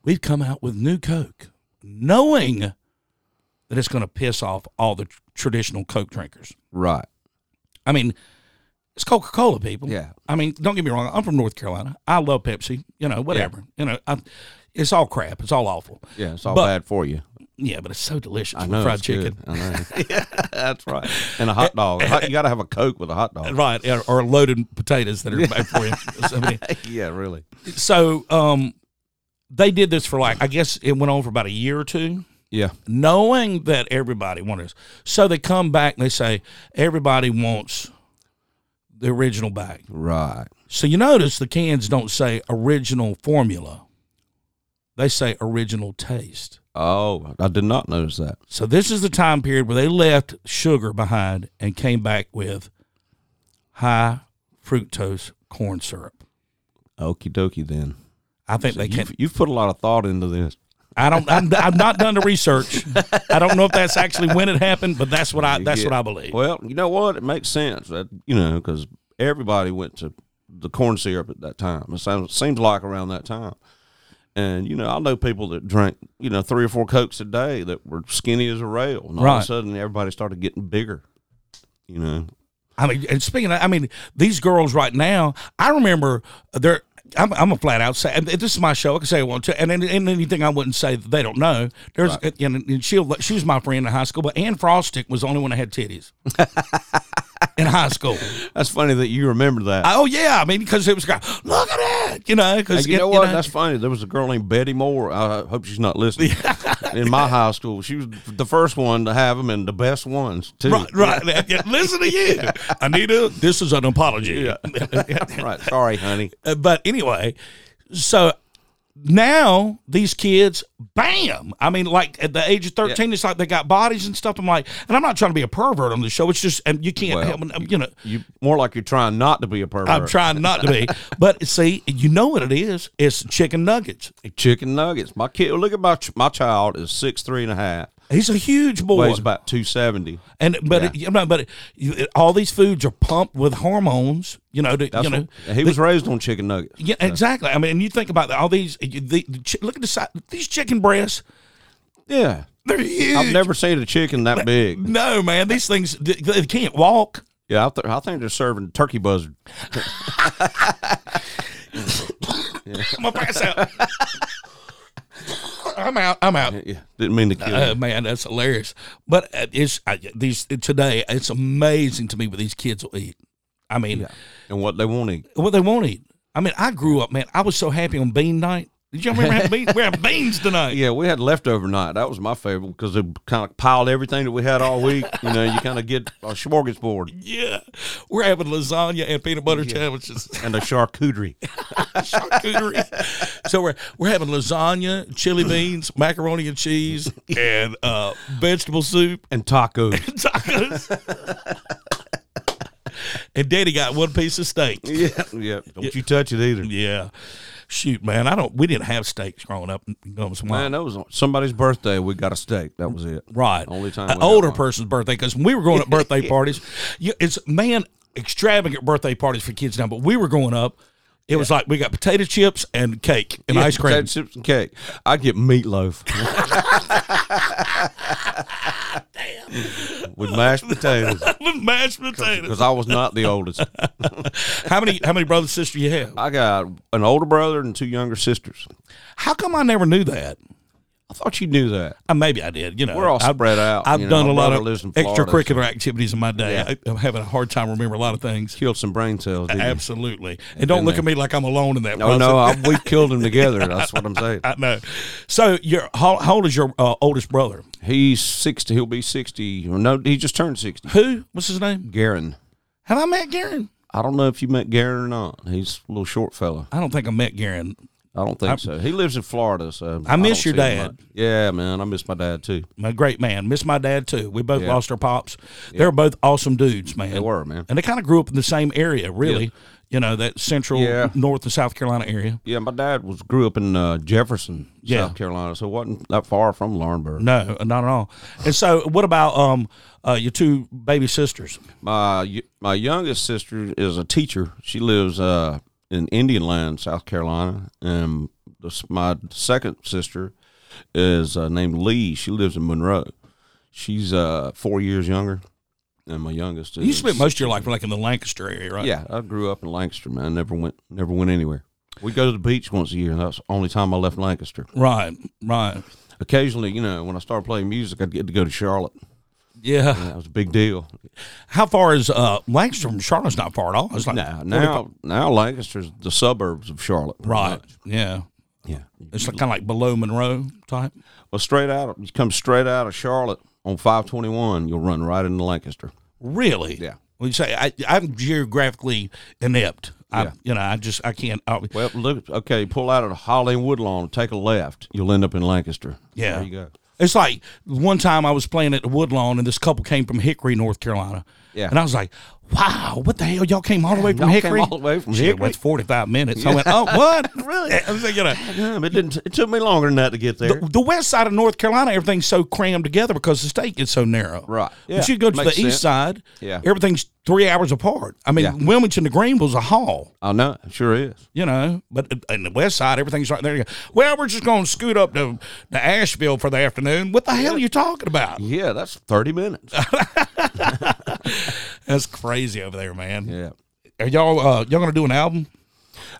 Speaker 2: "We've come out with new Coke, knowing that it's going to piss off all the tr- traditional Coke drinkers."
Speaker 3: Right.
Speaker 2: I mean, it's Coca Cola, people.
Speaker 3: Yeah.
Speaker 2: I mean, don't get me wrong. I'm from North Carolina. I love Pepsi. You know, whatever. You know, I, it's all crap. It's all awful.
Speaker 3: Yeah, it's all
Speaker 2: But-
Speaker 3: bad for you.
Speaker 2: Yeah, but it's so delicious.
Speaker 3: I
Speaker 2: with
Speaker 3: know.
Speaker 2: fried
Speaker 3: it's
Speaker 2: chicken.
Speaker 3: good. I know. yeah, that's right. And a hot dog. A hot- you got to have a coke with a hot dog.
Speaker 2: Right, or- or loaded potatoes that are made for you. So, I mean,
Speaker 3: Yeah, really.
Speaker 2: so um, they did this for like I guess it went on for about a year or two,
Speaker 3: Yeah,
Speaker 2: knowing that everybody wanted. this. So they come back and they say everybody wants the original bag.
Speaker 3: right.
Speaker 2: So you notice the cans don't say original formula; they say original taste.
Speaker 3: Oh, I did not notice that.
Speaker 2: So this is the time period where they left sugar behind and came back with high fructose corn syrup.
Speaker 3: Okie dokie then.
Speaker 2: I think they can
Speaker 3: You've, you've put a lot of thought into this.
Speaker 2: I don't. I'm, I've not done the research. I don't know if that's actually when it happened, but that's what I. That's
Speaker 3: Yeah.
Speaker 2: what I believe.
Speaker 3: Well, you know what? It makes sense. That, you know, because everybody went to the corn syrup at that time. It sounds, seems like around that time. And you know, I know people that drank you know three or four cokes a day that were skinny as a rail, and all of
Speaker 2: Right.
Speaker 3: a sudden everybody started getting bigger. You know,
Speaker 2: I mean, and speaking, of, I mean, these girls right now. I remember there. I'm, I'm a flat out say. and This is my show. I can say what I want to, and, and, and anything I wouldn't say that they don't know. There's and, and she she was my friend in high school, but Ann Frostick was the only one that had titties in high school.
Speaker 3: That's funny that you remember that.
Speaker 2: Oh yeah, I mean because it was like, look at that, you know. Because
Speaker 3: Hey, you know what? That's funny. There was a girl named Betty Moore. I hope she's not listening. in my high school, she was the first one to have them and the best ones too.
Speaker 2: Right, right. Yeah, Listen to you, Anita. This is an apology.
Speaker 3: right. Sorry, honey.
Speaker 2: Uh, but anyway, so now these kids, bam! I mean, like at the age of thirteen, it's like they got bodies and stuff. I'm like, and I'm not trying to be a pervert on the show. It's just, and you can't
Speaker 3: Well,
Speaker 2: help, it, you know.
Speaker 3: You more like you're trying not to be a pervert.
Speaker 2: I'm trying not to be, but see, you know what it is? It's chicken nuggets.
Speaker 3: chicken nuggets. My kid. Look at my ch- my child is six three and a half.
Speaker 2: He's a huge boy,
Speaker 3: Weighs about two seventy.
Speaker 2: and but it, you know, but it, you, it- all these foods are pumped with hormones. You know, to, you know,
Speaker 3: he was raised on chicken nuggets.
Speaker 2: Yeah, exactly. I mean, and you think about all these. The, the chi- look at the size. These chicken breasts.
Speaker 3: Yeah.
Speaker 2: They're huge.
Speaker 3: I've never seen a chicken that big.
Speaker 2: No, man, these things they, they can't walk.
Speaker 3: Yeah, I, th- I think they're serving turkey buzzard.
Speaker 2: I'm gonna pass out. I'm out. I'm out.
Speaker 3: Yeah, didn't mean to kill.
Speaker 2: Uh,
Speaker 3: you.
Speaker 2: man, that's hilarious. But uh, it's I, these today. It's amazing to me what these kids will eat. I mean,
Speaker 3: and what they want to eat.
Speaker 2: what they won't eat. I mean, I grew up, man. I was so happy on bean night. Did you remember having beans? We're having beans tonight.
Speaker 3: Yeah, we had leftover night. That was my favorite because they kind of piled everything that we had all week. You know, you kind of get a smorgasbord
Speaker 2: Yeah, we're having lasagna and peanut butter sandwiches.
Speaker 3: and a charcuterie.
Speaker 2: charcuterie. so we're we're having lasagna, chili beans, macaroni and cheese, and uh, vegetable soup,
Speaker 3: And tacos.
Speaker 2: tacos. and Daddy got one piece of steak.
Speaker 3: yeah, yeah. Don't you touch it either.
Speaker 2: Yeah, shoot, man, I don't. We didn't have steaks growing up. You know, it's my-
Speaker 3: Man, that was on somebody's birthday. We got a steak. That was it.
Speaker 2: Right,
Speaker 3: Only time.
Speaker 2: an
Speaker 3: we got
Speaker 2: older
Speaker 3: one.
Speaker 2: person's birthday because when we were growing up, birthday parties, you, it's man extravagant birthday parties for kids now. But we were growing up, it was like we got potato chips and cake and
Speaker 3: Yeah,
Speaker 2: ice cream.
Speaker 3: potato chips and cake. I get meatloaf with mashed potatoes
Speaker 2: with mashed potatoes.
Speaker 3: because I was not the oldest.
Speaker 2: How many how many brothers and sisters you have?
Speaker 3: I got an older brother and two younger sisters.
Speaker 2: How come I never knew that?
Speaker 3: I thought you knew that.
Speaker 2: Uh, maybe I did. You know,
Speaker 3: We're all
Speaker 2: I've-
Speaker 3: spread out,
Speaker 2: I've
Speaker 3: you know,
Speaker 2: done
Speaker 3: my
Speaker 2: a lot
Speaker 3: brother
Speaker 2: of
Speaker 3: lives in Florida,
Speaker 2: extracurricular activities in my day. I, am having a hard time remembering a lot of things.
Speaker 3: Killed some brain cells. Didn't you?
Speaker 2: Absolutely, and don't look at me like I'm alone in that.
Speaker 3: Oh, No, no,
Speaker 2: process.
Speaker 3: I, we killed him together. That's what I'm saying.
Speaker 2: I know. So, your how, how old is your uh, oldest brother?
Speaker 3: He's sixty. He'll be sixty. or No, he just turned sixty.
Speaker 2: Who? What's his name?
Speaker 3: Garin.
Speaker 2: Have I met Garen?
Speaker 3: I don't know if you met Garin or not. He's a little short fella.
Speaker 2: I don't think I met Garen.
Speaker 3: I don't think so. He lives in Florida, so
Speaker 2: I miss
Speaker 3: don't
Speaker 2: your
Speaker 3: see him
Speaker 2: dad.
Speaker 3: much. Yeah, man, I miss my dad too.
Speaker 2: A great man. Miss my dad too. We both lost our pops. They were both awesome dudes, man.
Speaker 3: They were, man.
Speaker 2: and they kind of grew up in the same area, really. You know that central,
Speaker 3: Yeah.
Speaker 2: north and South Carolina area.
Speaker 3: Yeah, my dad was grew up in uh, Jefferson,
Speaker 2: Yeah.
Speaker 3: South Carolina, so it wasn't that far from Laurinburg.
Speaker 2: No, not at all. And so, what about um uh, your two baby sisters?
Speaker 3: My my youngest sister is a teacher. She lives uh, in Indian Land, South Carolina, and this, my second sister is uh, named Lee. She lives in Monroe. She's uh, four years younger, and my youngest is.
Speaker 2: You spent most of your life like in the Lancaster area, right?
Speaker 3: Yeah, I grew up in Lancaster, man. I never went, never went anywhere. We go to the beach once a year, and that's the only time I left Lancaster.
Speaker 2: Right, right.
Speaker 3: Occasionally, you know, when I started playing music, I'd get to go to Charlotte.
Speaker 2: Yeah.
Speaker 3: That was a big deal.
Speaker 2: How far is uh Lancaster from Charlotte's not far at all? It's like
Speaker 3: Now, now, now Lancaster's the suburbs of Charlotte. pretty
Speaker 2: right.
Speaker 3: much.
Speaker 2: Yeah.
Speaker 3: Yeah.
Speaker 2: It's kind of like below Monroe type.
Speaker 3: Well, straight out, you come straight out of Charlotte on 521, you'll run right into Lancaster.
Speaker 2: Really?
Speaker 3: Yeah.
Speaker 2: Well, you say I, I'm geographically inept. I,
Speaker 3: Yeah.
Speaker 2: You know, I just I can't. I,
Speaker 3: Well, look, okay, pull out of Holly and Woodlawn, take a left, you'll end up in Lancaster.
Speaker 2: Yeah.
Speaker 3: There you go.
Speaker 2: It's like one time I was playing at the Woodlawn and this couple came from Hickory, North Carolina.
Speaker 3: Yeah.
Speaker 2: And I was like, wow, what the hell? Y'all came all the way from
Speaker 3: Y'all came
Speaker 2: Hickory?
Speaker 3: all the way from
Speaker 2: Shit,
Speaker 3: Hickory?
Speaker 2: That's 45 minutes. I went, oh, what? really? I was like, you know,
Speaker 3: Yeah, but it, didn't, it took me longer than that to get there.
Speaker 2: the, the west side of North Carolina, everything's so crammed together because the state gets so narrow.
Speaker 3: Right. Yeah.
Speaker 2: But you go to
Speaker 3: Makes
Speaker 2: the east
Speaker 3: sense.
Speaker 2: side,
Speaker 3: Yeah.
Speaker 2: everything's three hours apart. I mean,
Speaker 3: Yeah.
Speaker 2: Wilmington to Greenville's a haul.
Speaker 3: I know, it sure is.
Speaker 2: you know. But in the west side, everything's right there. You go, Well, we're just going to scoot up to, to Asheville for the afternoon. What the hell are you talking about?
Speaker 3: Yeah, that's 30 minutes.
Speaker 2: That's crazy over there, man.
Speaker 3: yeah.
Speaker 2: Are y'all uh, y'all going to do an album?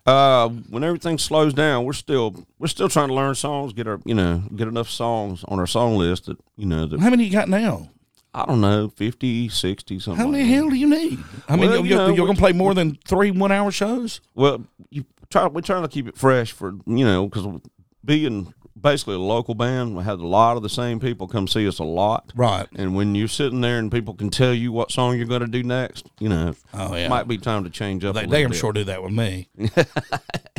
Speaker 3: Uh, when everything slows down, we're still we're still trying to learn songs, get our you know get enough songs on our song list that you know that
Speaker 2: How many you got now?
Speaker 3: I don't know 50, 60, something.
Speaker 2: How
Speaker 3: like
Speaker 2: many
Speaker 3: that.
Speaker 2: hell do you need? I mean,
Speaker 3: Well,
Speaker 2: you
Speaker 3: you know,
Speaker 2: are
Speaker 3: we-
Speaker 2: gonna play more than three one-hour shows.
Speaker 3: Well, you try. We're trying to keep it fresh for you know because being basically a local band, we had a lot of the same people come see us a lot.
Speaker 2: Right.
Speaker 3: And when you're sitting there and people can tell you what song you're going to do next, you know,
Speaker 2: Oh, yeah.
Speaker 3: might be time to change up.
Speaker 2: They
Speaker 3: a little
Speaker 2: damn
Speaker 3: bit.
Speaker 2: sure do that with me.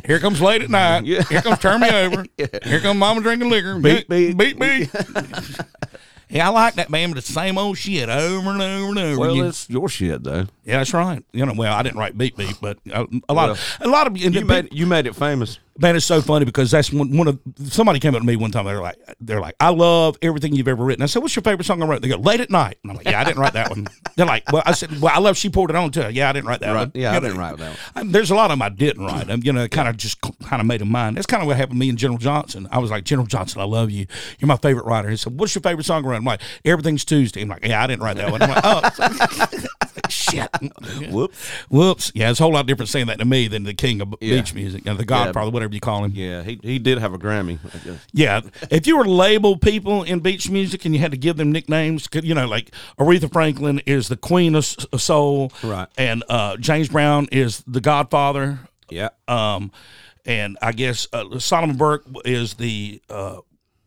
Speaker 2: Here comes late at night. Here comes turn me over. Here comes mama drinking liquor.
Speaker 3: Beat, beat.
Speaker 2: beat, beat. yeah, I like that man, but it's the same old shit over and over and over.
Speaker 3: Well,
Speaker 2: You-
Speaker 3: it's your shit though.
Speaker 2: yeah, that's right. You know, well, I didn't write beat beat, but a, a lot of a lot of and
Speaker 3: You
Speaker 2: the-
Speaker 3: made you made it famous.
Speaker 2: Man, it's so funny because that's one, one of somebody came up to me one time. They're like, they're like, I love everything you've ever written. I said, what's your favorite song I wrote? They go, Late at Night. And I'm like, yeah, I didn't write that one. They're like, well, I said, well, I love She Poured It On too. Yeah, I didn't write that one.
Speaker 3: Yeah, I
Speaker 2: You
Speaker 3: didn't
Speaker 2: know,
Speaker 3: write that one.
Speaker 2: I- there's a lot of them I didn't write. I'm, you know, kind of just kind of made them mine. That's kind of what happened to me and General Johnson. I was like, General Johnson, I love you. You're my favorite writer. He said, what's your favorite song I wrote? I'm like, Everything's Tuesday. I'm like, yeah, I didn't write that one. I'm like, oh. Shit.
Speaker 3: Whoops.
Speaker 2: Whoops. Yeah, it's a whole lot different saying that to me than the king of
Speaker 3: Yeah.
Speaker 2: beach music, you know, the godfather, whatever you call him.
Speaker 3: Yeah, he he did have a Grammy. I guess.
Speaker 2: Yeah, if you were to label people in beach music and you had to give them nicknames, 'cause, you know, like Aretha Franklin is the queen of s- of soul,
Speaker 3: Right.
Speaker 2: And uh, James Brown is the Godfather,
Speaker 3: Yeah.
Speaker 2: um, and I guess uh, Solomon Burke is the uh,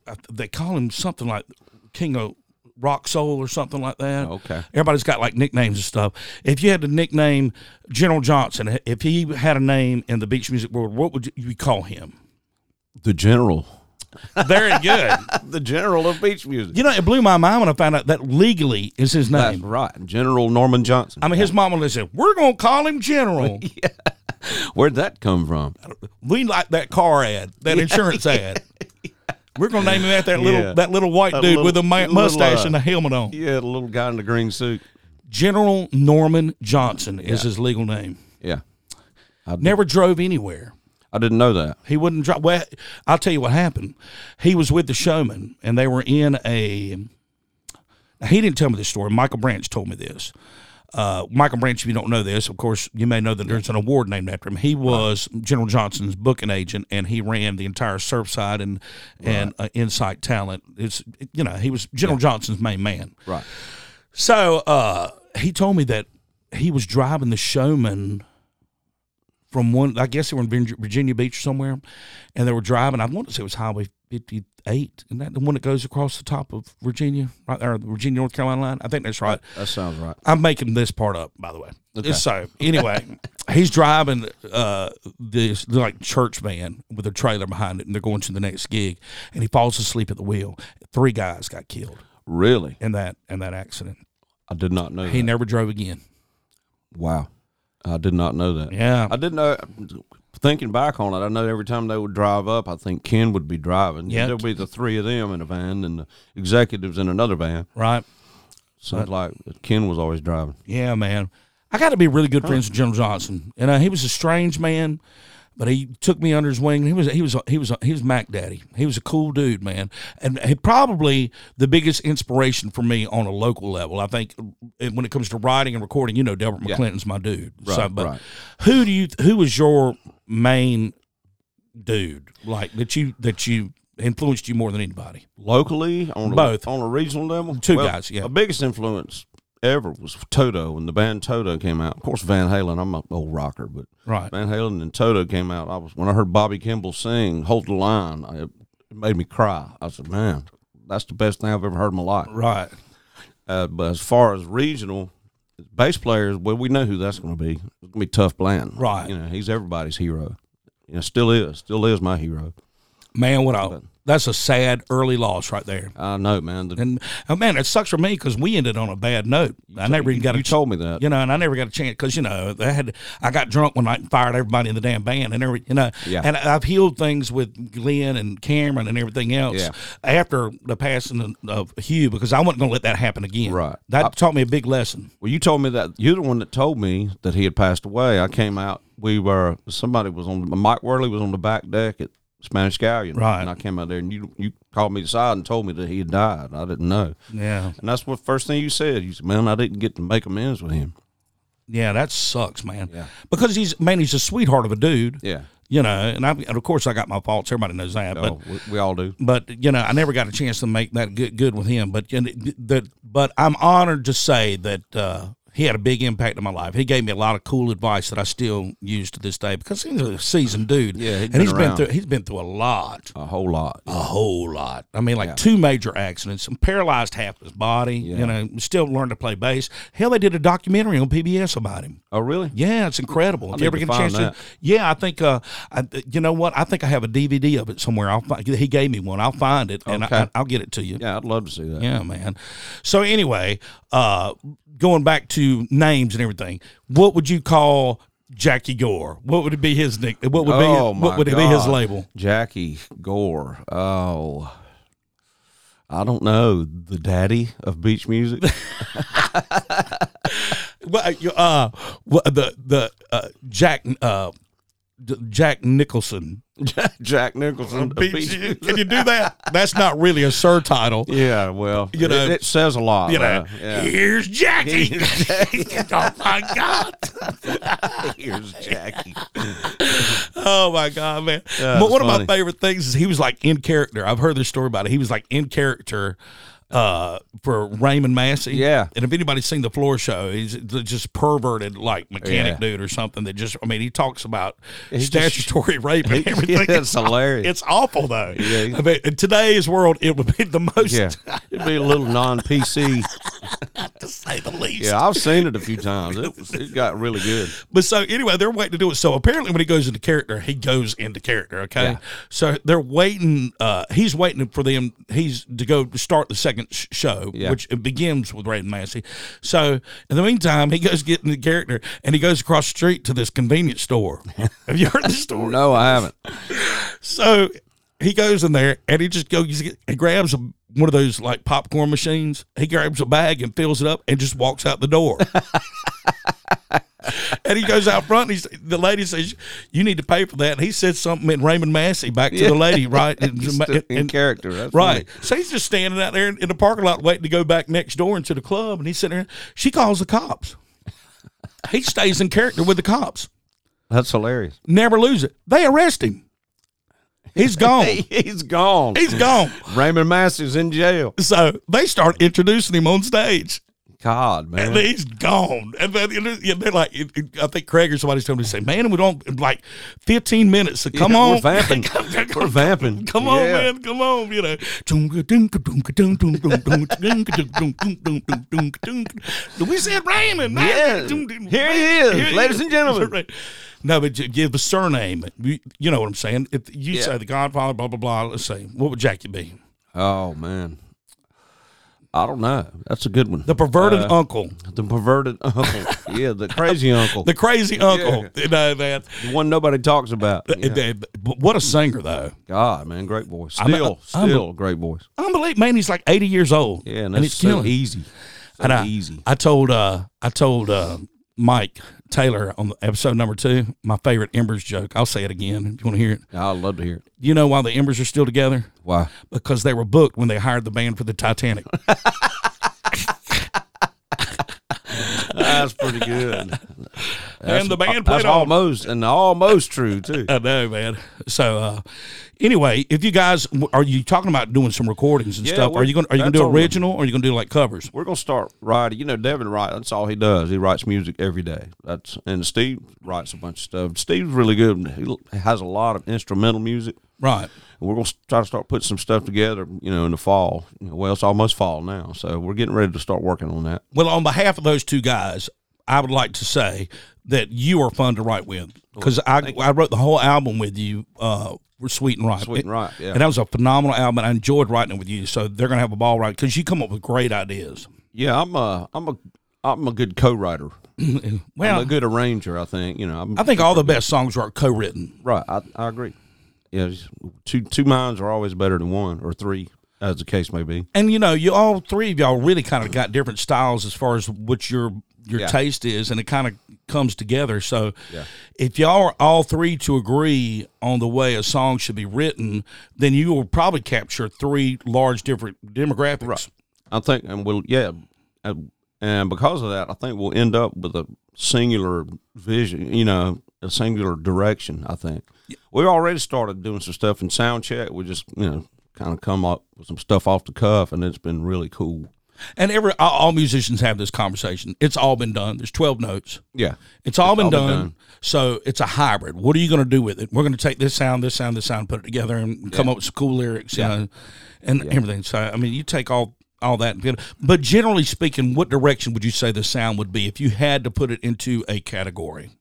Speaker 2: I th- they call him something like King of Rock Soul or something like that.
Speaker 3: Okay.
Speaker 2: everybody's got like nicknames and stuff. If you had to nickname General Johnson, if he had a name in the beach music world, what would you call him?
Speaker 3: the general.
Speaker 2: Very good.
Speaker 3: The general of beach music.
Speaker 2: You know, it blew my mind when I found out that legally is his
Speaker 3: That's
Speaker 2: name.
Speaker 3: right, General Norman Johnson.
Speaker 2: I mean, his mama just said, "We're gonna call him General."
Speaker 3: Where'd that come from?
Speaker 2: We like that car ad, that insurance ad. We're gonna name him after that little
Speaker 3: Yeah.
Speaker 2: that little white
Speaker 3: That
Speaker 2: dude
Speaker 3: little-
Speaker 2: with a ma-
Speaker 3: little,
Speaker 2: mustache
Speaker 3: uh,
Speaker 2: and a helmet on.
Speaker 3: Yeah, the little guy in the green suit.
Speaker 2: General Norman Johnson is his legal name.
Speaker 3: Yeah,
Speaker 2: Never drove anywhere.
Speaker 3: I didn't know that.
Speaker 2: He wouldn't drive. Well, I'll tell you what happened. He was with the showman, and they were in a. He didn't tell me this story. Michael Branch told me this. Uh, Michael Branch, if you don't know this, of course, you may know that there's an award named after him. He was General Johnson's booking agent, and he ran the entire Surfside and and uh, Insight Talent. It's you know he was General Johnson's main man.
Speaker 3: Right.
Speaker 2: So uh, he told me that he was driving the showman from one, I guess they were in Virgi- Virginia Beach or somewhere, and they were driving. I want to say it was Highway 58. Isn't that the one that goes across the top of Virginia, right there, the Virginia, North Carolina line? I think that's right.
Speaker 3: That sounds right.
Speaker 2: I'm making this part up, by the way. So anyway, he's driving uh, this like church van with a trailer behind it, and they're going to the next gig, and he falls asleep at the wheel. Three guys got killed
Speaker 3: Really,
Speaker 2: in that in that accident.
Speaker 3: I did not know.
Speaker 2: He
Speaker 3: that.
Speaker 2: never drove again.
Speaker 3: Wow, I did not know that.
Speaker 2: Yeah.
Speaker 3: I didn't know. Thinking back on it, I know every time they would drive up, I think Ken would be driving.
Speaker 2: Yeah.
Speaker 3: there'd be the three of them in a van and the executives in another van.
Speaker 2: Right.
Speaker 3: So it's like Ken was always driving.
Speaker 2: Yeah, man. I got to be really good friends with General Johnson, and uh, he was a strange man, but he took me under his wing. He was he was he was he was Mac Daddy. He was a cool dude, man, and he probably the biggest inspiration for me on a local level. I think uh, when it comes to writing and recording, you know, Delbert McClinton's my dude. so, but
Speaker 3: right.
Speaker 2: who do you who was your main dude like that you that you influenced you more than anybody?
Speaker 3: locally on a,
Speaker 2: Both.
Speaker 3: on a regional level.
Speaker 2: Two guys, yeah.
Speaker 3: The biggest influence ever was Toto when the band Toto came out. Of course, Van Halen. I'm an old rocker, but
Speaker 2: Right.
Speaker 3: Van Halen and Toto came out. I was when I heard Bobby Kimball sing "Hold the Line," I, it made me cry. I said, "Man, that's the best thing I've ever heard in my life."
Speaker 2: Right.
Speaker 3: Uh, but as far as regional bass players, well, we know who that's going to be. It's going to be Tough Bland.
Speaker 2: Right.
Speaker 3: You know, he's everybody's hero. You know, still is, still is my hero.
Speaker 2: Man, what a that's a sad early loss right there.
Speaker 3: I know, man. The,
Speaker 2: And oh man, it sucks for me because we ended on a bad note. I never even got
Speaker 3: you
Speaker 2: a ch-
Speaker 3: told me that.
Speaker 2: you know, and I never got a chance because you know I had I got drunk one night and fired everybody in the damn band and every you know.
Speaker 3: Yeah.
Speaker 2: And I've healed things with Glenn and Cameron and everything else
Speaker 3: Yeah.
Speaker 2: after the passing of Hugh because I wasn't going to let that happen again.
Speaker 3: Right.
Speaker 2: That taught me a big lesson.
Speaker 3: Well, you told me that you're the one that told me that he had passed away. I came out. We were somebody was on Mike Worley was on the back deck at Spanish Galleon,
Speaker 2: Right.
Speaker 3: And I came out there, and you you called me aside and told me that he had died. I didn't know,
Speaker 2: Yeah.
Speaker 3: and that's what first thing you said. You said, "Man, I didn't get to make amends with him."
Speaker 2: Yeah, that sucks, man.
Speaker 3: Yeah.
Speaker 2: Because he's man, he's a sweetheart of a dude.
Speaker 3: Yeah.
Speaker 2: You know, and I and of course I got my faults. Everybody knows that. But
Speaker 3: oh, we, we all do.
Speaker 2: but you know, I never got a chance to make that good good with him. But you know, that but I'm honored to say that uh, he had a big impact on my life. He gave me a lot of cool advice that I still use to this day because he's a seasoned dude.
Speaker 3: Yeah, he'd
Speaker 2: and
Speaker 3: been
Speaker 2: he's
Speaker 3: around.
Speaker 2: been through he's been through a lot.
Speaker 3: A whole lot.
Speaker 2: A whole lot. I mean, like two major accidents. I'm paralyzed half his body. You know, still learned to play bass. Hell, they did a documentary on PBS about him.
Speaker 3: Oh, really?
Speaker 2: Yeah, it's incredible. If you
Speaker 3: need
Speaker 2: ever
Speaker 3: to
Speaker 2: get a
Speaker 3: find
Speaker 2: chance
Speaker 3: that.
Speaker 2: to, yeah, I think, uh, I, you know what? I think I have a DVD of it somewhere. I'll find, he gave me one. I'll find it and I,
Speaker 3: Okay.
Speaker 2: I'll get it to you.
Speaker 3: Yeah, I'd love to see that.
Speaker 2: Yeah, man. So anyway, uh, going back to names and everything, what would you call Jackie Gore? What would it be his nick? What would
Speaker 3: oh
Speaker 2: be
Speaker 3: my
Speaker 2: what would it be his
Speaker 3: God.
Speaker 2: label?
Speaker 3: Jackie Gore. Oh, I don't know. The daddy of beach music.
Speaker 2: Well, uh, you- uh, well, the the uh, Jack uh, D- Jack Nicholson.
Speaker 3: Jack Nicholson. of beach
Speaker 2: Can
Speaker 3: music.
Speaker 2: you do that? That's not really a sir title.
Speaker 3: Yeah, well,
Speaker 2: You
Speaker 3: you
Speaker 2: know-
Speaker 3: know, it, it says a lot.
Speaker 2: you know,
Speaker 3: uh, yeah.
Speaker 2: here's Jackie. oh my God.
Speaker 3: Here's Jackie.
Speaker 2: Oh my God, man. but
Speaker 3: that's
Speaker 2: one of my
Speaker 3: funny.
Speaker 2: favorite things is he was like in character. I've heard this story about it. He was like in character uh for Raymond Massey.
Speaker 3: Yeah.
Speaker 2: And if anybody's seen the floor show, he's the just perverted like mechanic
Speaker 3: Yeah.
Speaker 2: dude or something that just I mean, he talks about
Speaker 3: just-
Speaker 2: statutory rape and
Speaker 3: Yeah,
Speaker 2: everything.
Speaker 3: it's hilarious.
Speaker 2: It's awful though.
Speaker 3: Yeah.
Speaker 2: I mean, in today's world it would be the most
Speaker 3: Yeah, it'd be a little non PC.
Speaker 2: to say the least.
Speaker 3: Yeah, I've seen it a few times. It, was- it got really good.
Speaker 2: But so anyway, they're waiting to do it. So apparently, when he goes into character, he goes into character. Okay, so they're waiting. Uh, he's waiting for them. He's to go to start the second sh- show,
Speaker 3: Yeah.
Speaker 2: which it begins with Raymond Massey. So in the meantime, he goes getting the character, and he goes across the street to this convenience store. Have you heard the story?
Speaker 3: No, I haven't.
Speaker 2: So he goes in there and he just goes and grabs a, one of those like popcorn machines. He grabs a bag and fills it up and just walks out the door. and he goes out front. And he's, the lady says, "You need to pay for that." And he said something in Raymond Massey back to the lady, right? And-
Speaker 3: Just
Speaker 2: and-
Speaker 3: in
Speaker 2: and-
Speaker 3: character. That's
Speaker 2: Right. So he's just standing out there in, in the parking lot waiting to go back next door into the club. And he's sitting there. She calls the cops. He stays in character with the cops.
Speaker 3: funny. That's hilarious.
Speaker 2: Never lose it. They arrest him. He's gone.
Speaker 3: He's gone.
Speaker 2: He's gone.
Speaker 3: Raymond Massey's in jail.
Speaker 2: So they start introducing him on stage.
Speaker 3: God,
Speaker 2: And
Speaker 3: man.
Speaker 2: he's gone. And then you know, they're like, I think Craig or somebody's told me to say, man, we don't like 15 minutes. So come
Speaker 3: Yeah,
Speaker 2: on.
Speaker 3: We're vamping. we're vamping.
Speaker 2: Come on,
Speaker 3: Yeah.
Speaker 2: man. Come on. You know, we said Raymond.
Speaker 3: Yeah. Here he is, ladies and gentlemen.
Speaker 2: Right. No, but you give a surname. You you know what I'm saying? If you
Speaker 3: Yeah.
Speaker 2: say the Godfather, blah blah blah. Let's say, what would Jackie be?
Speaker 3: Oh man. I don't know. That's a good one.
Speaker 2: The perverted uncle.
Speaker 3: The perverted uncle. yeah, the crazy uncle.
Speaker 2: the crazy uncle. You know that.
Speaker 3: the one nobody talks about. Yeah.
Speaker 2: that- but What a singer though!
Speaker 3: God, man, great voice.
Speaker 2: I'm a-
Speaker 3: Still,
Speaker 2: I'm a-
Speaker 3: still a great voice.
Speaker 2: Unbelievable, man. He's like eighty years old.
Speaker 3: Yeah, and
Speaker 2: and
Speaker 3: that's
Speaker 2: it's
Speaker 3: so
Speaker 2: killing.
Speaker 3: easy. So
Speaker 2: and I,
Speaker 3: easy.
Speaker 2: I told uh, I told uh, Mike Taylor on the episode number two my favorite Embers joke. I'll say it again if you want to hear it.
Speaker 3: I, would love to hear it.
Speaker 2: You know why the Embers are still together?
Speaker 3: Why?
Speaker 2: Because they were booked when they hired the band for the Titanic.
Speaker 3: That's pretty good.
Speaker 2: and the band
Speaker 3: That's
Speaker 2: played all
Speaker 3: almost and almost true too.
Speaker 2: I know, man. So, uh, anyway, if you guys are you talking about doing some recordings and
Speaker 3: Yeah,
Speaker 2: stuff, are
Speaker 3: we're-
Speaker 2: you going to are you going to
Speaker 3: that's
Speaker 2: do
Speaker 3: all we're-
Speaker 2: original or are you going to do like covers?
Speaker 3: We're gonna start writing. You know, Devin writes. That's all he does. He writes music every day. That's and Steve writes a bunch of stuff. Steve's really good. He l- has a lot of instrumental music.
Speaker 2: Right.
Speaker 3: And we're gonna s- try to start putting some stuff together. You know, in the fall. You know, well, it's almost fall now, so we're getting ready to start working on that.
Speaker 2: Well, on behalf of those two guys, I would like to say that you are fun to write with because I, I wrote the whole album with you. Uh, were sweet and right,
Speaker 3: Sweet and Right, yeah.
Speaker 2: and that was a phenomenal album. and I enjoyed writing it with you, so they're gonna have a ball right because you come up with great ideas.
Speaker 3: Yeah, I'm a, I'm a, I'm a good co-writer. I'm
Speaker 2: Well,
Speaker 3: a good arranger. I think. You know, I'm,
Speaker 2: I think all the best songs are co-written.
Speaker 3: Right, I, I agree. Yeah, it's- two two minds are always better than one or three, as the case may be.
Speaker 2: and you know, you all three of y'all really kind of got different styles as far as what your your
Speaker 3: Yeah.
Speaker 2: taste is, and it kind of comes together. So, if y'all are all three to agree on the way a song should be written, then you will probably capture three large different demographics.
Speaker 3: I think, and we'll yeah, uh, And because of that, I think we'll end up with a singular vision, you know, a singular direction, I think. We already started doing some stuff in sound check. We just, you know, kind of come up with some stuff off the cuff and it's been really cool.
Speaker 2: And every all- all musicians have this conversation. It's all been done. There's 12 notes.
Speaker 3: Yeah.
Speaker 2: It's all, been,
Speaker 3: all been
Speaker 2: done,
Speaker 3: done.
Speaker 2: So it's a hybrid. What are you going to do with it? We're going to take this sound, this sound, this sound, put it together, and come up with some cool lyrics, you know, and everything. So I mean, you take all all that, and get- but generally speaking, what direction would you say the sound would be if you had to put it into a category?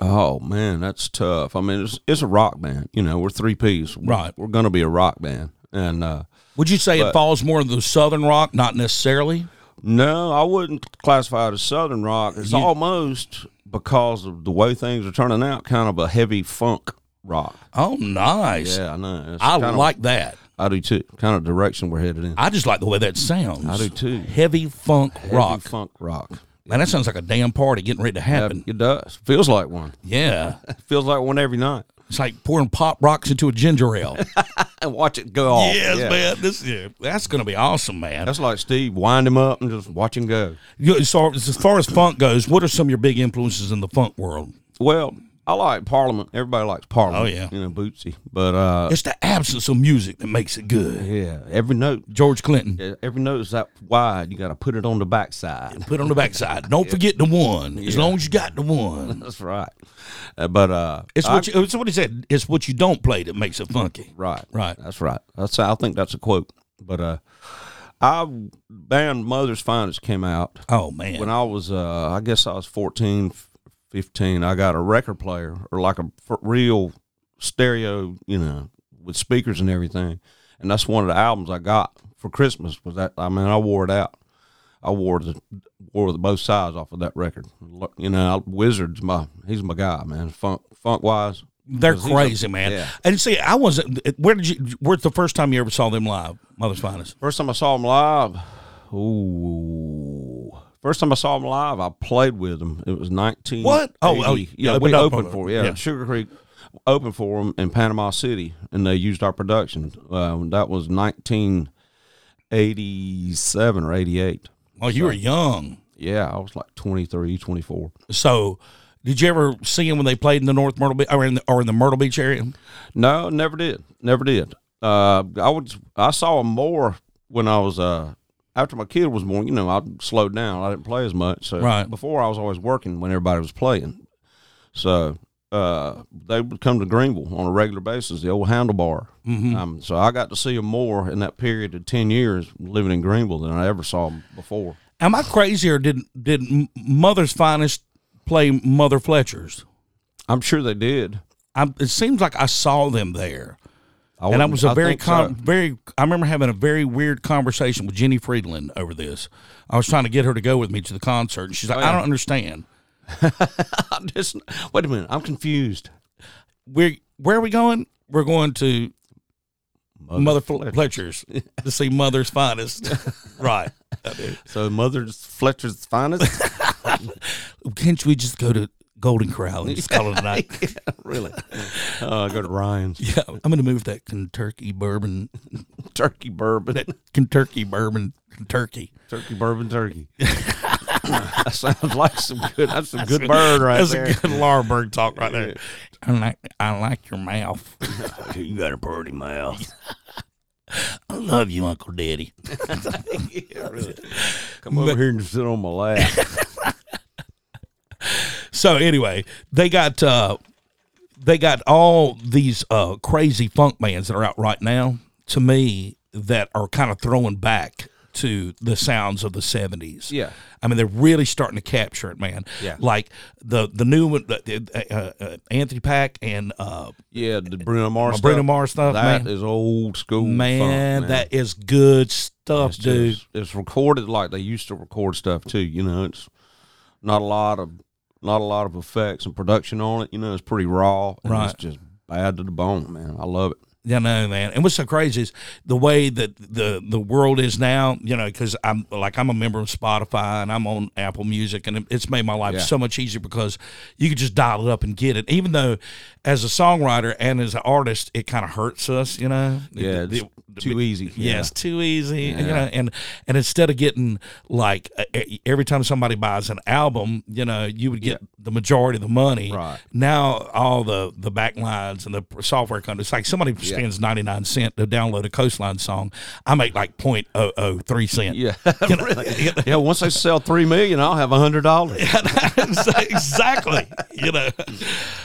Speaker 3: Oh man, that's tough. I mean, it's it's a rock band. You know, we're three piece. We're-
Speaker 2: Right.
Speaker 3: We're gonna be a rock band. And uh
Speaker 2: Would you say it falls more into the southern rock? Not necessarily.
Speaker 3: no, I wouldn't classify it as southern rock. It's almost because of the way things are turning out, kind of a heavy funk rock.
Speaker 2: Oh, nice.
Speaker 3: Yeah, I know. It's
Speaker 2: I
Speaker 3: kind of-
Speaker 2: like that.
Speaker 3: I do too. Kind of direction we're headed in.
Speaker 2: I just like the way that sounds.
Speaker 3: I do too.
Speaker 2: Heavy funk rock.
Speaker 3: Heavy funk rock.
Speaker 2: Man, that sounds like a damn party getting ready to happen.
Speaker 3: It does. Feels like one.
Speaker 2: Yeah.
Speaker 3: Feels like one every night.
Speaker 2: It's like pouring pop rocks into a ginger ale.
Speaker 3: And watch it go off.
Speaker 2: yes,
Speaker 3: Yeah.
Speaker 2: man. This yeah, that's gonna be awesome, man.
Speaker 3: That's like Steve. Wind him up and just watch him go.
Speaker 2: You- So as far as funk goes, what are some of your big influences in the funk world?
Speaker 3: Well, I like Parliament. Everybody likes Parliament.
Speaker 2: Oh, yeah.
Speaker 3: You know, Bootsy. But uh,
Speaker 2: It's the absence of music that makes it good.
Speaker 3: yeah, every note,
Speaker 2: George Clinton.
Speaker 3: every note is that wide. You got to put it on the backside.
Speaker 2: Put it on the backside. Don't forget the one. As long as you got the one.
Speaker 3: That's right. Uh, but uh,
Speaker 2: It's
Speaker 3: I-
Speaker 2: what you, it's what he said. It's what you don't play that makes it funky.
Speaker 3: Right.
Speaker 2: Right.
Speaker 3: That's right. That's I think that's a quote. But uh I band Mother's Finest came out
Speaker 2: Oh man.
Speaker 3: when I was uh I guess I was 14 15 I got a record player or like a f- real stereo, you know, with speakers and everything. And that's one of the albums I got for Christmas was that I mean I wore it out. I wore the wore the both sides off of that record. Lo- You know, I, Wizards my he's my guy, man. Funk funk wise.
Speaker 2: They're
Speaker 3: 'Cause he's a-
Speaker 2: crazy, man.
Speaker 3: yeah.
Speaker 2: And see, I wasn't. Where did you? Where's the first time you ever saw them live? Mother's Finest.
Speaker 3: First time I saw him live, ooh. First time I saw him live, I played with him. It was nineteen.
Speaker 2: What? Oh, oh, yeah,
Speaker 3: yeah,
Speaker 2: we
Speaker 3: we
Speaker 2: know
Speaker 3: opened
Speaker 2: about
Speaker 3: for
Speaker 2: it.
Speaker 3: yeah,
Speaker 2: Yeah.
Speaker 3: Sugar Creek opened for him in Panama City, and they used our production. Uh, that was nineteen eighty-seven or eighty-eight.
Speaker 2: Oh, you were young.
Speaker 3: Yeah, I was like 23, 24.
Speaker 2: So, did you ever see them when they played in the North Myrtle Beach or in the, or in the Myrtle Beach area?
Speaker 3: No, never did. Never did. Uh, I would. I saw him more when I was uh after my kid was born. You know, I slowed down. I didn't play as much. So
Speaker 2: Right.
Speaker 3: before I was always working when everybody was playing. So uh, they would come to Greenville on a regular basis. The old handlebar.
Speaker 2: Mm-hmm.
Speaker 3: Um, so I got to see him more in that period of ten years living in Greenville than I ever saw him before.
Speaker 2: Am I crazy or did did M- Mother's Finest play Mother Fletcher's?
Speaker 3: I'm sure they did.
Speaker 2: I, it seems like I saw them there,
Speaker 3: I
Speaker 2: and I
Speaker 3: wouldn't-
Speaker 2: was a very
Speaker 3: think so.
Speaker 2: con- very. I remember having a very weird conversation with Jenny Friedland over this. I was trying to get her to go with me to the concert, and
Speaker 3: Oh,
Speaker 2: she's like, "I don't understand.
Speaker 3: I'm just wait a minute. I'm confused.
Speaker 2: Where where are we going? We're going to Mother Fle-
Speaker 3: Fletcher.
Speaker 2: Fletcher's to see Mother's Finest. right.
Speaker 3: So mother's Fletcher's finest.
Speaker 2: Can't we just go to Golden Corral and just call it a night?
Speaker 3: really? Uh, I go to Ryan's
Speaker 2: yeah. I'm going to move that Kentucky bourbon,
Speaker 3: turkey bourbon,
Speaker 2: Kentucky bourbon, Kentucky.
Speaker 3: turkey bourbon turkey. that sounds like some good. That's some good bird right
Speaker 2: That's
Speaker 3: there.
Speaker 2: a good Larberg talk right there. I like, I like your mouth.
Speaker 3: you got a pretty mouth.
Speaker 2: I love you, Uncle Daddy.
Speaker 3: Come over here and sit on my lap.
Speaker 2: So anyway, they got uh they got all these uh crazy funk bands that are out right now to me that are kind of throwing back to the sounds of the 70s.
Speaker 3: Yeah.
Speaker 2: I mean they're really starting to capture it, man.
Speaker 3: Yeah.
Speaker 2: Like the the new one the- the, uh, uh, Anthony Pack and uh
Speaker 3: Yeah, the Bruno Mars.
Speaker 2: Bruno
Speaker 3: stuff,
Speaker 2: Mars stuff,
Speaker 3: That
Speaker 2: man.
Speaker 3: is old school. funk,
Speaker 2: man,
Speaker 3: man.
Speaker 2: that is good stuff,
Speaker 3: It's
Speaker 2: dude.
Speaker 3: just- it's recorded like they used to record stuff too. You know, it's not a lot of not a lot of effects and production on it. You know, it's pretty raw. And
Speaker 2: Right.
Speaker 3: It's just bad to the bone, man. I love it.
Speaker 2: You know, man. And what's so crazy is the way that the the world is now. You know, because I'm like I'm a member of Spotify and I'm on Apple Music, and it's made my life
Speaker 3: Yeah.
Speaker 2: so much easier because you can just dial it up and get it. Even though as a songwriter and as an artist, it kind of hurts us, you know.
Speaker 3: Yeah,
Speaker 2: The-
Speaker 3: it's
Speaker 2: the-
Speaker 3: too easy.
Speaker 2: Yeah, it's too easy. You know, and and instead of getting like uh, e- every time somebody buys an album, you know, you would get the majority of the money.
Speaker 3: Right.
Speaker 2: Now all the the backlines and the p- software companies, it's like somebody spends ninety nine cent to download a coastline song, I make like point oh oh three cent.
Speaker 3: Yeah. yeah. Once they sell three million, I'll have a hundred dollars.
Speaker 2: exactly. You know,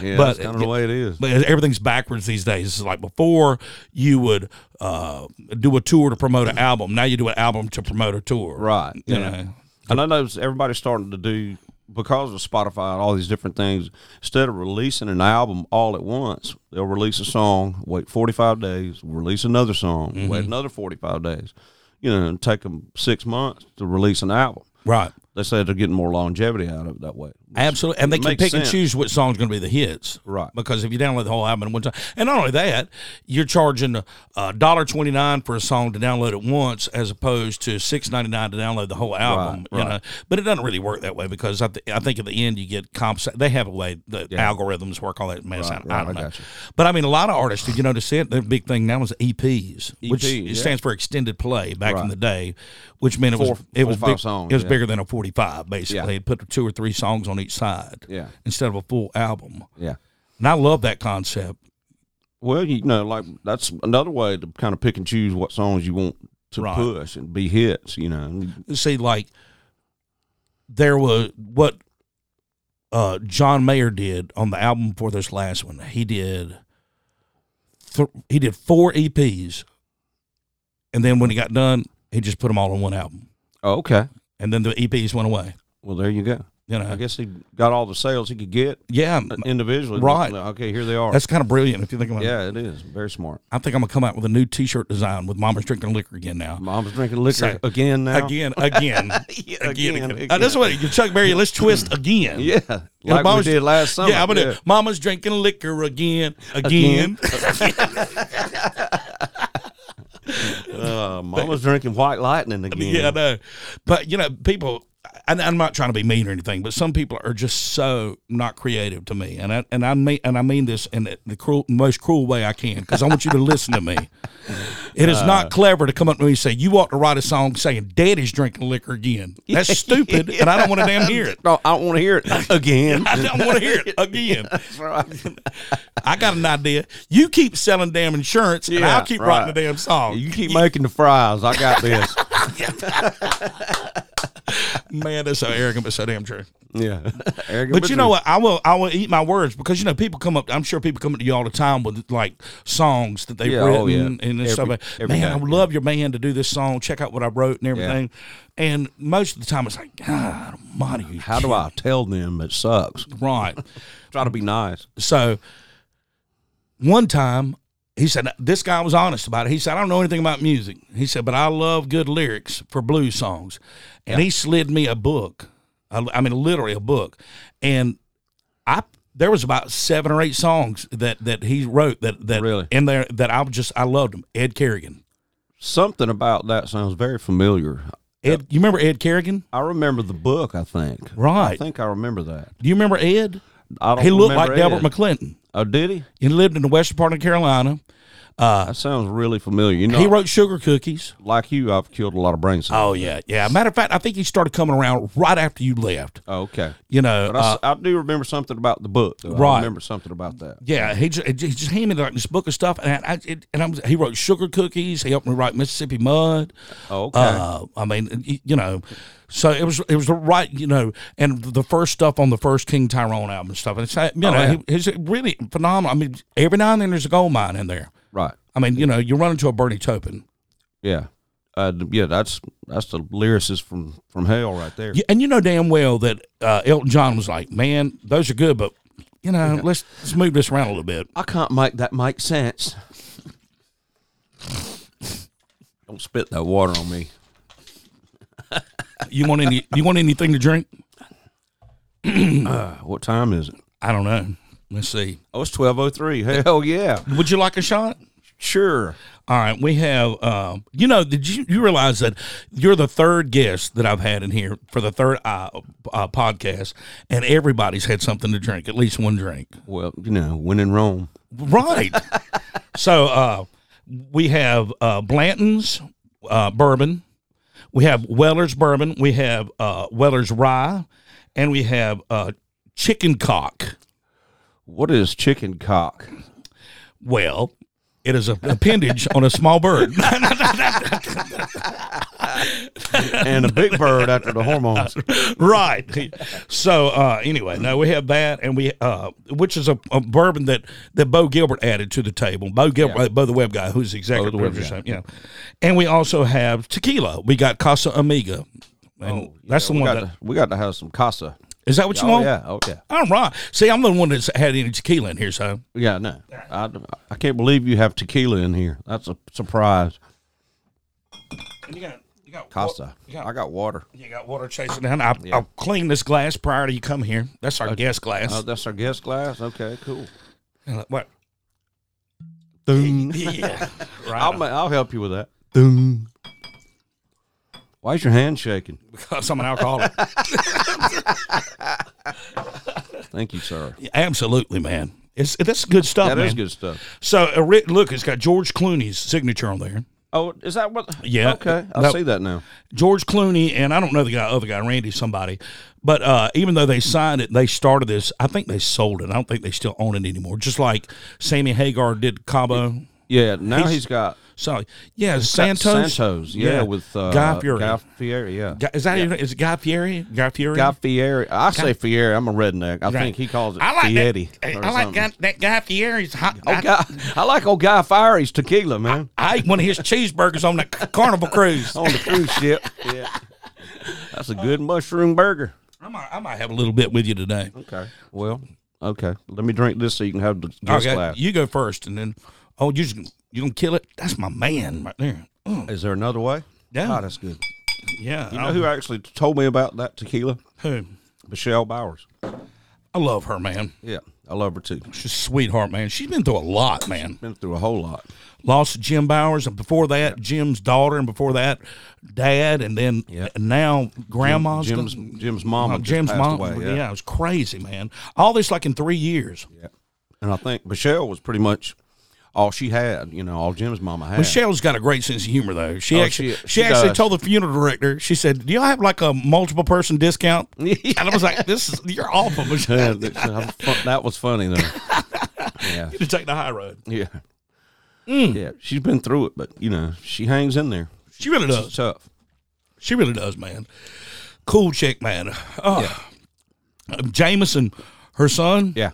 Speaker 3: Yeah,
Speaker 2: But-
Speaker 3: that's kind of the way it is.
Speaker 2: but everything's backwards these days. It's like before you would uh, do a tour to promote an album. Now you do an album to promote a tour.
Speaker 3: Right.
Speaker 2: You
Speaker 3: yeah.
Speaker 2: know.
Speaker 3: And I know everybody's starting to do because of Spotify and all these different things. Instead of releasing an album all at once, they'll release a song, wait forty five days, release another song,
Speaker 2: Mm-hmm.
Speaker 3: wait another forty five days. You know, and take them six months to release an album.
Speaker 2: Right.
Speaker 3: They say they're getting more longevity out of it that way.
Speaker 2: Absolutely, and they can
Speaker 3: makes
Speaker 2: pick and
Speaker 3: sense.
Speaker 2: choose which song's going to be the hits,
Speaker 3: Right.
Speaker 2: Because if you download the whole album at one time, and not only that, you're charging a dollar twenty nine for a song to download at once, as opposed to six ninety nine to download the whole album. you know, but it doesn't really work that way because I, th- I think at the end you get comps. They have a way the algorithms work all that mess. I, I
Speaker 3: right,
Speaker 2: don't
Speaker 3: I
Speaker 2: know,
Speaker 3: got you.
Speaker 2: but I mean, a lot of artists, did you notice it? The big thing now is EPs, which
Speaker 3: EP, E yeah.
Speaker 2: stands for extended play. Back in
Speaker 3: Right.
Speaker 2: the day, which meant it
Speaker 3: Four-
Speaker 2: was it was
Speaker 3: 45
Speaker 2: big,
Speaker 3: songs,
Speaker 2: it was
Speaker 3: yeah.
Speaker 2: bigger than a forty five basically.
Speaker 3: Yeah.
Speaker 2: It put two or three songs on each side
Speaker 3: Yeah.
Speaker 2: instead of a full album.
Speaker 3: Yeah.
Speaker 2: And I love that concept.
Speaker 3: Well, you know, like that's another way to kind of pick and choose what songs you want to
Speaker 2: Right.
Speaker 3: push and be hits. You know,
Speaker 2: See, like there was what uh, John Mayer did on the album before this last one. He did th- he did four EPs, and then when he got done, he just put them all on one album,
Speaker 3: Oh, okay.
Speaker 2: and then the EPs went away.
Speaker 3: Well, there you go.
Speaker 2: You know,
Speaker 3: I guess he got all the sales he could get uh,
Speaker 2: yeah,
Speaker 3: individually. uh,
Speaker 2: Right.
Speaker 3: Okay, here they are.
Speaker 2: that's kind of brilliant if you think about it.
Speaker 3: yeah, it is. Very smart.
Speaker 2: I think I'm gonna come out with a new T-shirt design with "Mama's drinking liquor again" now.
Speaker 3: Mom's drinking liquor
Speaker 2: So-
Speaker 3: again now.
Speaker 2: Again, again,
Speaker 3: Yeah,
Speaker 2: again,
Speaker 3: again,
Speaker 2: again. Uh, that's what you Chuck Berry. Let's twist again.
Speaker 3: Yeah.
Speaker 2: You know,
Speaker 3: Like we did last summer.
Speaker 2: Yeah, I'm gonna. Mama's drinking liquor again, again.
Speaker 3: Uh, Mama's drinking white lightning again.
Speaker 2: yeah, I know. But you know, people. And I'm not trying to be mean or anything, but some people are just so not creative to me, and I and I mean and I mean this in the cruel, most cruel way I can, because I want you to listen to me. It is not clever to come up to me and say you ought to write a song saying "Daddy's drinking liquor again." That's stupid, and I don't want to damn hear it.
Speaker 3: No, I don't want to hear it again.
Speaker 2: I don't want to hear it again. I got an idea. You keep selling damn insurance, and
Speaker 3: Yeah,
Speaker 2: I'll keep
Speaker 3: right.
Speaker 2: writing the damn song.
Speaker 3: you keep making the fries. I got this.
Speaker 2: Man, that's so arrogant, but so damn true.
Speaker 3: yeah. Arrogant
Speaker 2: But you know what? I will. I will eat my words because you know people come up. I'm sure people come up to you all the time with like songs that they've
Speaker 3: Yeah,
Speaker 2: written
Speaker 3: oh, yeah.
Speaker 2: and this stuff.
Speaker 3: Every-
Speaker 2: Like,
Speaker 3: every
Speaker 2: man,
Speaker 3: day,
Speaker 2: I would love your band to do this song. Check out what I wrote and everything. And most of the time, it's like God Almighty. you
Speaker 3: How do I tell them it sucks?
Speaker 2: kidding?" Right.
Speaker 3: Try to be nice.
Speaker 2: So one time he said this guy was honest about it. He said I don't know anything about music. He said, but I love good lyrics for blues songs, and he slid me a book. I, I mean, literally a book, and I there was about seven or eight songs that that he wrote that that
Speaker 3: Really?
Speaker 2: in there that I just I loved him. Ed Kerrigan.
Speaker 3: Something about that sounds very familiar.
Speaker 2: Ed, you remember Ed Kerrigan?
Speaker 3: I remember the book, I think. I
Speaker 2: Right.
Speaker 3: think I remember that.
Speaker 2: Do you remember Ed?
Speaker 3: I don't
Speaker 2: He looked like
Speaker 3: remember
Speaker 2: Delbert
Speaker 3: Ed.
Speaker 2: McClinton.
Speaker 3: Oh, did he?
Speaker 2: He lived in the western part of Carolina.
Speaker 3: That sounds really familiar. You know,
Speaker 2: He wrote Sugar Cookies.
Speaker 3: like you, I've killed a lot of brain cells.
Speaker 2: Oh yeah, yeah. Matter of fact, I think he started coming around right after you left.
Speaker 3: Oh, okay.
Speaker 2: You know,
Speaker 3: But I, s-
Speaker 2: uh,
Speaker 3: I do remember something about the book. Though.
Speaker 2: Right.
Speaker 3: I remember something about that.
Speaker 2: yeah. He just, he just handed me like this book of stuff, and I it, and I'm, he wrote sugar cookies. He helped me write Mississippi Mud.
Speaker 3: Oh, okay.
Speaker 2: Uh, I mean, y- you know, so it was it was the right, you know, and the first stuff on the first King Tyrone album and stuff. And it's like, you know,
Speaker 3: Oh, yeah.
Speaker 2: he- he's really phenomenal. I mean, every now and then there's a gold mine in there.
Speaker 3: right.
Speaker 2: I mean, you know, you run into a Bernie Taupin.
Speaker 3: Yeah. Uh, th- yeah, that's that's the lyricist from from hell right there.
Speaker 2: Yeah, and you know damn well that uh, Elton John was like, "Man, those are good, but you know, let's let's move this around a little bit."
Speaker 3: I can't make that make sense. Don't spit that water on me.
Speaker 2: You want any? you want anything to drink?
Speaker 3: Uh, What time is it?
Speaker 2: I don't know. Let's see.
Speaker 3: Oh, it's twelve oh three. Hell yeah!
Speaker 2: Would you like a shot?
Speaker 3: Sure.
Speaker 2: All right, we have. Uh, you know, did you you realize that you're the third guest that I've had in here for the third uh, uh, podcast, and everybody's had something to drink, at least one drink.
Speaker 3: Well, you know, when in Rome.
Speaker 2: Right. so uh, we have uh, Blanton's uh, bourbon. We have Weller's bourbon. We have uh, Weller's rye, and we have uh, chicken cock.
Speaker 3: What is chicken cock?
Speaker 2: Well, it is an appendage on a small bird.
Speaker 3: And a big bird after the hormones.
Speaker 2: right. So uh, anyway, no, we have that, and we uh, which is a, a bourbon that that Bo Gilbert added to the table. Bo Gilbert, uh, Bo the web guy, who's the executive
Speaker 3: Bo the web
Speaker 2: producer, or something, yeah. And we also have tequila. We got Casa Amiga. And that's the
Speaker 3: Oh, We
Speaker 2: one.
Speaker 3: got,
Speaker 2: That,
Speaker 3: to, we got to have some casa.
Speaker 2: is that what you
Speaker 3: Oh,
Speaker 2: want?
Speaker 3: yeah. Oh, yeah.
Speaker 2: All right. See, I'm the one that's had any tequila in here, so
Speaker 3: Yeah, no. I, I can't believe you have tequila in here. That's a surprise.
Speaker 2: you got you got
Speaker 3: Costa. I got water.
Speaker 2: You got water chasing down. I, I'll clean this glass prior to you come here. That's our guest glass. uh,
Speaker 3: Oh, that's our guest glass? Okay, cool.
Speaker 2: what?
Speaker 3: Ding.
Speaker 2: Yeah. right.
Speaker 3: I'll, ma- I'll help you with that. Ding. Why's your hand shaking?
Speaker 2: because I'm an alcoholic.
Speaker 3: Thank you, sir.
Speaker 2: Absolutely, man. It's that's good stuff,
Speaker 3: That
Speaker 2: man.
Speaker 3: is good stuff.
Speaker 2: So uh, Rick, look, it's got George Clooney's signature on there.
Speaker 3: Oh, is that what?
Speaker 2: Yeah.
Speaker 3: Okay, I
Speaker 2: No.
Speaker 3: see that now.
Speaker 2: George Clooney and I don't know the guy, other guy, Randy somebody. But uh, even though they signed it, they started this. I think they sold it. I don't think they still own it anymore. Just like Sammy Hagar did Cabo.
Speaker 3: Yeah, now he's got
Speaker 2: So yeah, Santos.
Speaker 3: Santos. Yeah, with uh,
Speaker 2: Guy Fieri.
Speaker 3: Guy Fieri, yeah.
Speaker 2: Guy- is that even, is it Guy Fieri? Guy Fieri.
Speaker 3: Guy Fieri. I say Fieri. I'm a redneck. I think he calls it
Speaker 2: I like
Speaker 3: Fieri.
Speaker 2: That,
Speaker 3: or
Speaker 2: I like
Speaker 3: something.
Speaker 2: that, that Guy Fieri's hot.
Speaker 3: Oh, Guy, I like old Guy Fieri's tequila, man.
Speaker 2: I ate one of his cheeseburgers on the Carnival cruise.
Speaker 3: on the cruise ship. Yeah. That's a good mushroom burger.
Speaker 2: I might, I might have a little bit with you today.
Speaker 3: Okay. Well, okay. Let me drink this so you can have the guest
Speaker 2: okay,
Speaker 3: glass.
Speaker 2: you go first, and then oh, you just, you gonna kill it? That's my man right there. Mm,
Speaker 3: Is there another way?
Speaker 2: Yeah.
Speaker 3: Oh, that's good.
Speaker 2: yeah,
Speaker 3: You know who actually told me about that tequila?
Speaker 2: I, who?
Speaker 3: Michelle Bowers.
Speaker 2: I love her, man.
Speaker 3: Yeah. I love her too.
Speaker 2: She's a sweetheart, man. She's been through a lot, man.
Speaker 3: Been through a whole lot.
Speaker 2: Lost Jim Bowers, and before that, Jim's daughter, and before that, dad, and then and now grandma's
Speaker 3: Jim's Jim's mama.
Speaker 2: Oh,
Speaker 3: just
Speaker 2: Jim's
Speaker 3: passed
Speaker 2: mom.
Speaker 3: away,
Speaker 2: yeah. it was crazy, man. All this like in three years.
Speaker 3: yeah. And I think Michelle was pretty much all she had, you know, all Jim's mama had.
Speaker 2: Michelle's got a great sense of humor, though. She
Speaker 3: Oh,
Speaker 2: actually, she,
Speaker 3: she- she
Speaker 2: actually
Speaker 3: does.
Speaker 2: told the funeral director, she said, "Do y'all have like a multiple person discount?" And I was like, "This is you're awful, Michelle.
Speaker 3: Yeah, that, that was funny though. yeah.
Speaker 2: You take the high road."
Speaker 3: Yeah.
Speaker 2: Mm.
Speaker 3: Yeah. She's been through it, but you know, she hangs in there.
Speaker 2: She really
Speaker 3: It's
Speaker 2: does.
Speaker 3: tough.
Speaker 2: She really does, man. Cool chick, man. Oh, Uh, Jameson, her son,
Speaker 3: Yeah.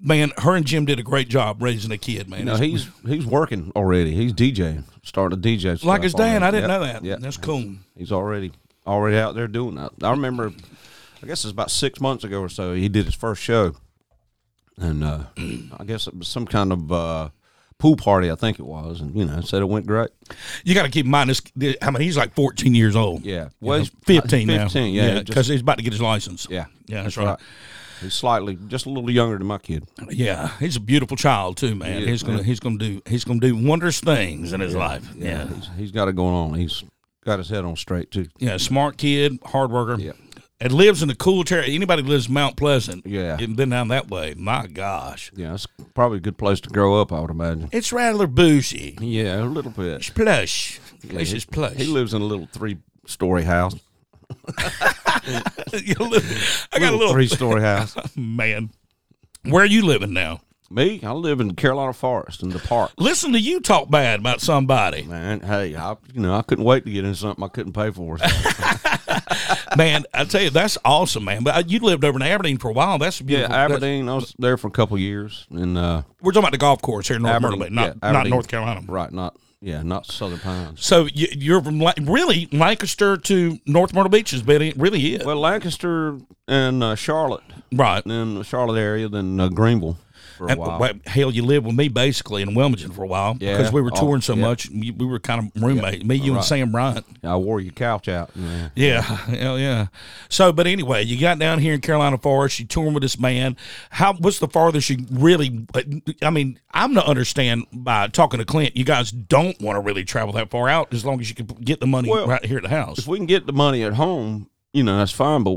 Speaker 2: man. Her and Jim did a great job raising a kid, man.
Speaker 3: No,
Speaker 2: It's-
Speaker 3: he's he's working already. He's DJing, starting to DJ.
Speaker 2: like his dad. I didn't know that.
Speaker 3: Yeah,
Speaker 2: That's cool.
Speaker 3: he's already already out there doing that. I remember, I guess it's about six months ago or so. He did his first show, and uh, I guess it was some kind of uh, pool party. I think it was, and you know, said it went great.
Speaker 2: You got to keep in mind this. I mean, he's like 14 years old.
Speaker 3: Yeah.
Speaker 2: well,
Speaker 3: Well,
Speaker 2: he's 15 now.
Speaker 3: 15, yeah, just-
Speaker 2: because he's about to get his license.
Speaker 3: Yeah,
Speaker 2: yeah, that's right.
Speaker 3: He's slightly just a little younger than my kid.
Speaker 2: Yeah, he's a beautiful child too, man.
Speaker 3: is,
Speaker 2: he's gonna he's gonna do he's gonna do wondrous things in his life. Yeah, yeah,
Speaker 3: He's, he's got it going on. He's got his head on straight too.
Speaker 2: smart kid, hard worker.
Speaker 3: Yeah.
Speaker 2: And lives in the cool territory. Anybody who lives in Mount Pleasant,
Speaker 3: Yeah.
Speaker 2: and been down that way. My gosh,
Speaker 3: Yeah, that's probably a good place to grow up. I would imagine.
Speaker 2: it's rather bougie.
Speaker 3: Yeah, a little bit.
Speaker 2: It's plush. Place is plush.
Speaker 3: He lives in a little three story house.
Speaker 2: You li- I got a little
Speaker 3: three story house.
Speaker 2: man. Where are you living now?
Speaker 3: Me, I live in Carolina Forest in the park.
Speaker 2: Listen to you talk bad about somebody.
Speaker 3: Man, hey, I you know I couldn't wait to get in something I couldn't pay for.
Speaker 2: man, I tell you, that's awesome, man. But uh, you lived over in Aberdeen for a while. That's
Speaker 3: yeah,
Speaker 2: beautiful. That's-
Speaker 3: Aberdeen. I was there for a couple of years, and uh,
Speaker 2: We're talking about the golf course here in North
Speaker 3: Aberdeen,
Speaker 2: Myrtle, not
Speaker 3: yeah,
Speaker 2: not
Speaker 3: Aberdeen.
Speaker 2: North Carolina.
Speaker 3: right, not yeah, not Southern Pines.
Speaker 2: So you, you're from La- really Lancaster to North Myrtle Beach is really really it,
Speaker 3: Well, Lancaster and uh, Charlotte,
Speaker 2: right?
Speaker 3: then the Charlotte area, then uh, Greenville. for a
Speaker 2: And,
Speaker 3: while.
Speaker 2: well, hell, you lived with me basically in Wilmington for a while
Speaker 3: Yeah.
Speaker 2: because we were
Speaker 3: Oh,
Speaker 2: touring so
Speaker 3: yeah.
Speaker 2: much. We, we were kind of roommates, me, you, and Sam Bryant.
Speaker 3: I wore your couch out. Yeah.
Speaker 2: Yeah, hell yeah. So, but anyway, you got down here in Carolina Forest. You touring with this man. How? What's the farthest you really? I mean, I'm to understand by talking to Clint. You guys don't want to really travel that far out as long as you can get the money
Speaker 3: Well,
Speaker 2: right here at the house.
Speaker 3: If we can get the money at home, you know that's fine. But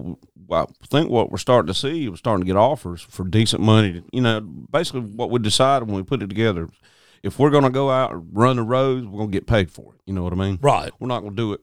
Speaker 3: I think what we're starting to see, we're starting to get offers for decent money. You know, basically what we decided when we put it together, if we're going to go out and run the roads, we're going to get paid for it. You know what I mean?
Speaker 2: Right.
Speaker 3: We're not going to do it.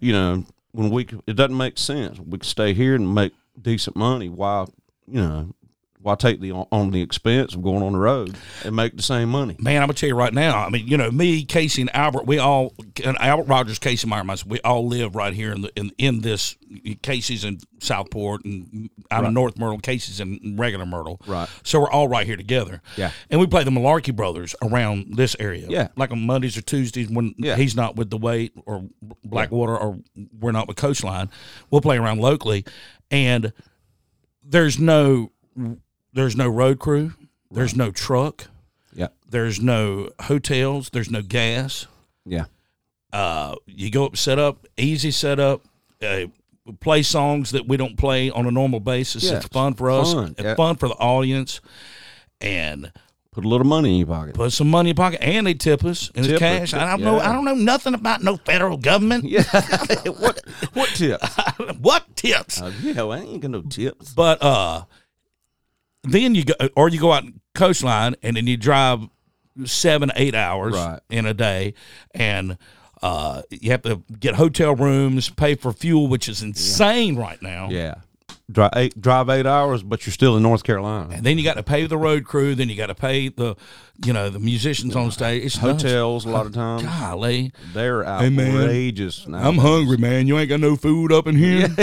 Speaker 3: You know, when we c- it doesn't make sense. We can stay here and make decent money. Why? You know. Why take the on the expense of going on the road and make the same money?
Speaker 2: Man, I'm gonna tell you right now. I mean, you know, me, Casey, and Albert, we all, and Albert Rogers, Casey Meyer, myself, we all live right here in the in, in this. Casey's in Southport, and I'm in North Myrtle. Casey's in regular Myrtle.
Speaker 3: Right.
Speaker 2: So we're all right here together.
Speaker 3: Yeah.
Speaker 2: And we play the Malarkey Brothers around this area.
Speaker 3: Yeah.
Speaker 2: Like on Mondays or Tuesdays when
Speaker 3: Yeah.
Speaker 2: he's not with the weight or Blackwater or we're not with Coastline, we'll play around locally, and there's no there's no road crew, there's no truck.
Speaker 3: Yeah,
Speaker 2: There's no hotels. There's no gas.
Speaker 3: yeah,
Speaker 2: Uh, you go up, set up, easy setup. Uh, play songs that we don't play on a normal basis.
Speaker 3: Yeah,
Speaker 2: it's fun for us.
Speaker 3: fun,
Speaker 2: It's
Speaker 3: yeah.
Speaker 2: fun for the audience. And
Speaker 3: put a little money in your pocket.
Speaker 2: put some money in your pocket, and they tip us in
Speaker 3: Tip us,
Speaker 2: cash. I don't know.
Speaker 3: yeah.
Speaker 2: I don't know nothing about no federal government.
Speaker 3: Yeah. what what tip?
Speaker 2: what tips?
Speaker 3: Uh, yeah, well, I ain't got no tips.
Speaker 2: But uh, then you go, or you go out coastline, and then you drive seven, eight hours
Speaker 3: Right.
Speaker 2: in a day, and uh, you have to get hotel rooms, pay for fuel, which is insane right now.
Speaker 3: Yeah. Drive eight, drive eight hours, but you're still in North Carolina.
Speaker 2: And then you got to pay the road crew. Then you got to pay the, you know, the musicians on stage. It's nuts.
Speaker 3: Hotels a lot of times.
Speaker 2: Golly,
Speaker 3: They're
Speaker 2: man.
Speaker 3: outrageous now.
Speaker 2: I'm hungry, man. You ain't got no food up in here.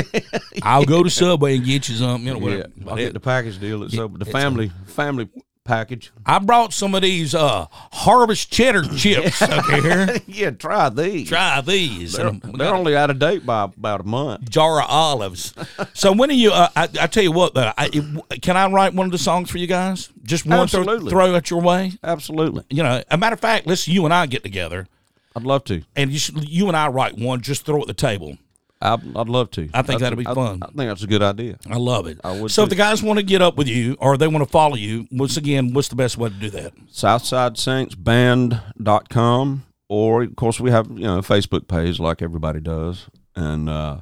Speaker 2: I'll go to Subway and get you something. You know,
Speaker 3: yeah,
Speaker 2: whatever. But
Speaker 3: I'll
Speaker 2: it-
Speaker 3: get the package deal. It's over the family family package.
Speaker 2: I brought some of these uh, harvest cheddar chips up here.
Speaker 3: yeah, try these.
Speaker 2: Try these.
Speaker 3: they're
Speaker 2: And we
Speaker 3: they're
Speaker 2: got
Speaker 3: only out of date by about a month.
Speaker 2: a jar of olives. so when are you? Uh, I, I tell you what, though, I, it- can I write one of the songs for you guys? Just one throw,
Speaker 3: Absolutely.
Speaker 2: throw at your way.
Speaker 3: Absolutely.
Speaker 2: You know, a matter of fact, let's you and I get together,
Speaker 3: I'd love to.
Speaker 2: and you, should, you and I write one. Just throw at the table.
Speaker 3: I'd, I'd love to.
Speaker 2: I think
Speaker 3: That's-
Speaker 2: that'd be
Speaker 3: I-
Speaker 2: fun.
Speaker 3: I, think that's a good idea.
Speaker 2: I love it. I
Speaker 3: would
Speaker 2: so if
Speaker 3: too.
Speaker 2: the guys want to get up with you or they want to follow you, once again, what's the best way to do that?
Speaker 3: southsidesaintsband.com or of course we have you know a facebook page like everybody does and uh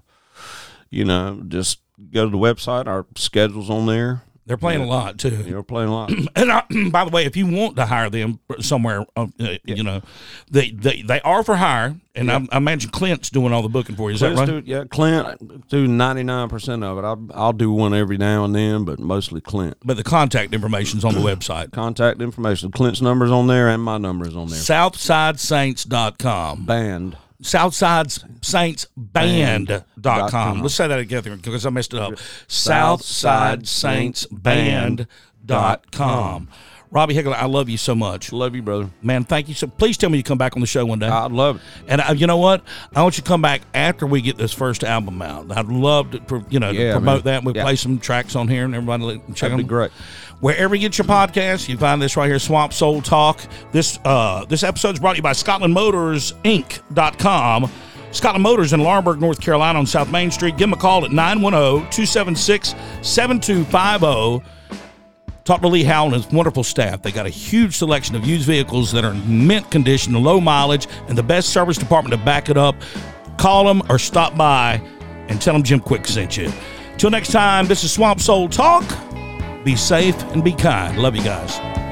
Speaker 3: you know just go to the website our schedule's on there
Speaker 2: They're playing a lot too.
Speaker 3: you're playing a lot
Speaker 2: and I, by the way, if you want to hire them somewhere, uh, uh, you know, they, they they are for hire, and I, I imagine Clint's doing all the booking for you. Is
Speaker 3: Clint's
Speaker 2: that right?
Speaker 3: do, yeah clint do 99% of it I'll, I'll do one every now and then but mostly clint
Speaker 2: but the contact information's on the website,
Speaker 3: contact information clint's number's on there and my number is on there
Speaker 2: southsidesaints.com.
Speaker 3: band
Speaker 2: Southsidesaintsband.com.
Speaker 3: com.
Speaker 2: Let's say that together because I messed it up. Southsidesaintsband.com. Robbie Hickler, I love you so much.
Speaker 3: love you brother
Speaker 2: Man, thank you. So please tell me you come back on the show one day.
Speaker 3: i'd love it
Speaker 2: And uh, you know what? I want you to come back after we get this first album out. I'd love to, pro- you know, to
Speaker 3: Yeah,
Speaker 2: promote that.
Speaker 3: man.
Speaker 2: We
Speaker 3: Yeah.
Speaker 2: play some tracks on here, and everybody let- check
Speaker 3: That'd be
Speaker 2: them.
Speaker 3: great.
Speaker 2: Wherever you get your podcast, you find this right here, Swamp Soul Talk. This uh, this episode is brought to you by Scotland Motors Inc.com. Scotland Motors in Larnberg, North Carolina on South Main Street. Give them a call at oh, 910 276 7250. oh. Talk to Lee Howell and his wonderful staff. They got a huge selection of used vehicles that are in mint condition, low mileage, and the best service department to back it up. Call them or stop by and tell them Jim Quick sent you. Till next time, this is Swamp Soul Talk. Be safe and be kind. Love you guys.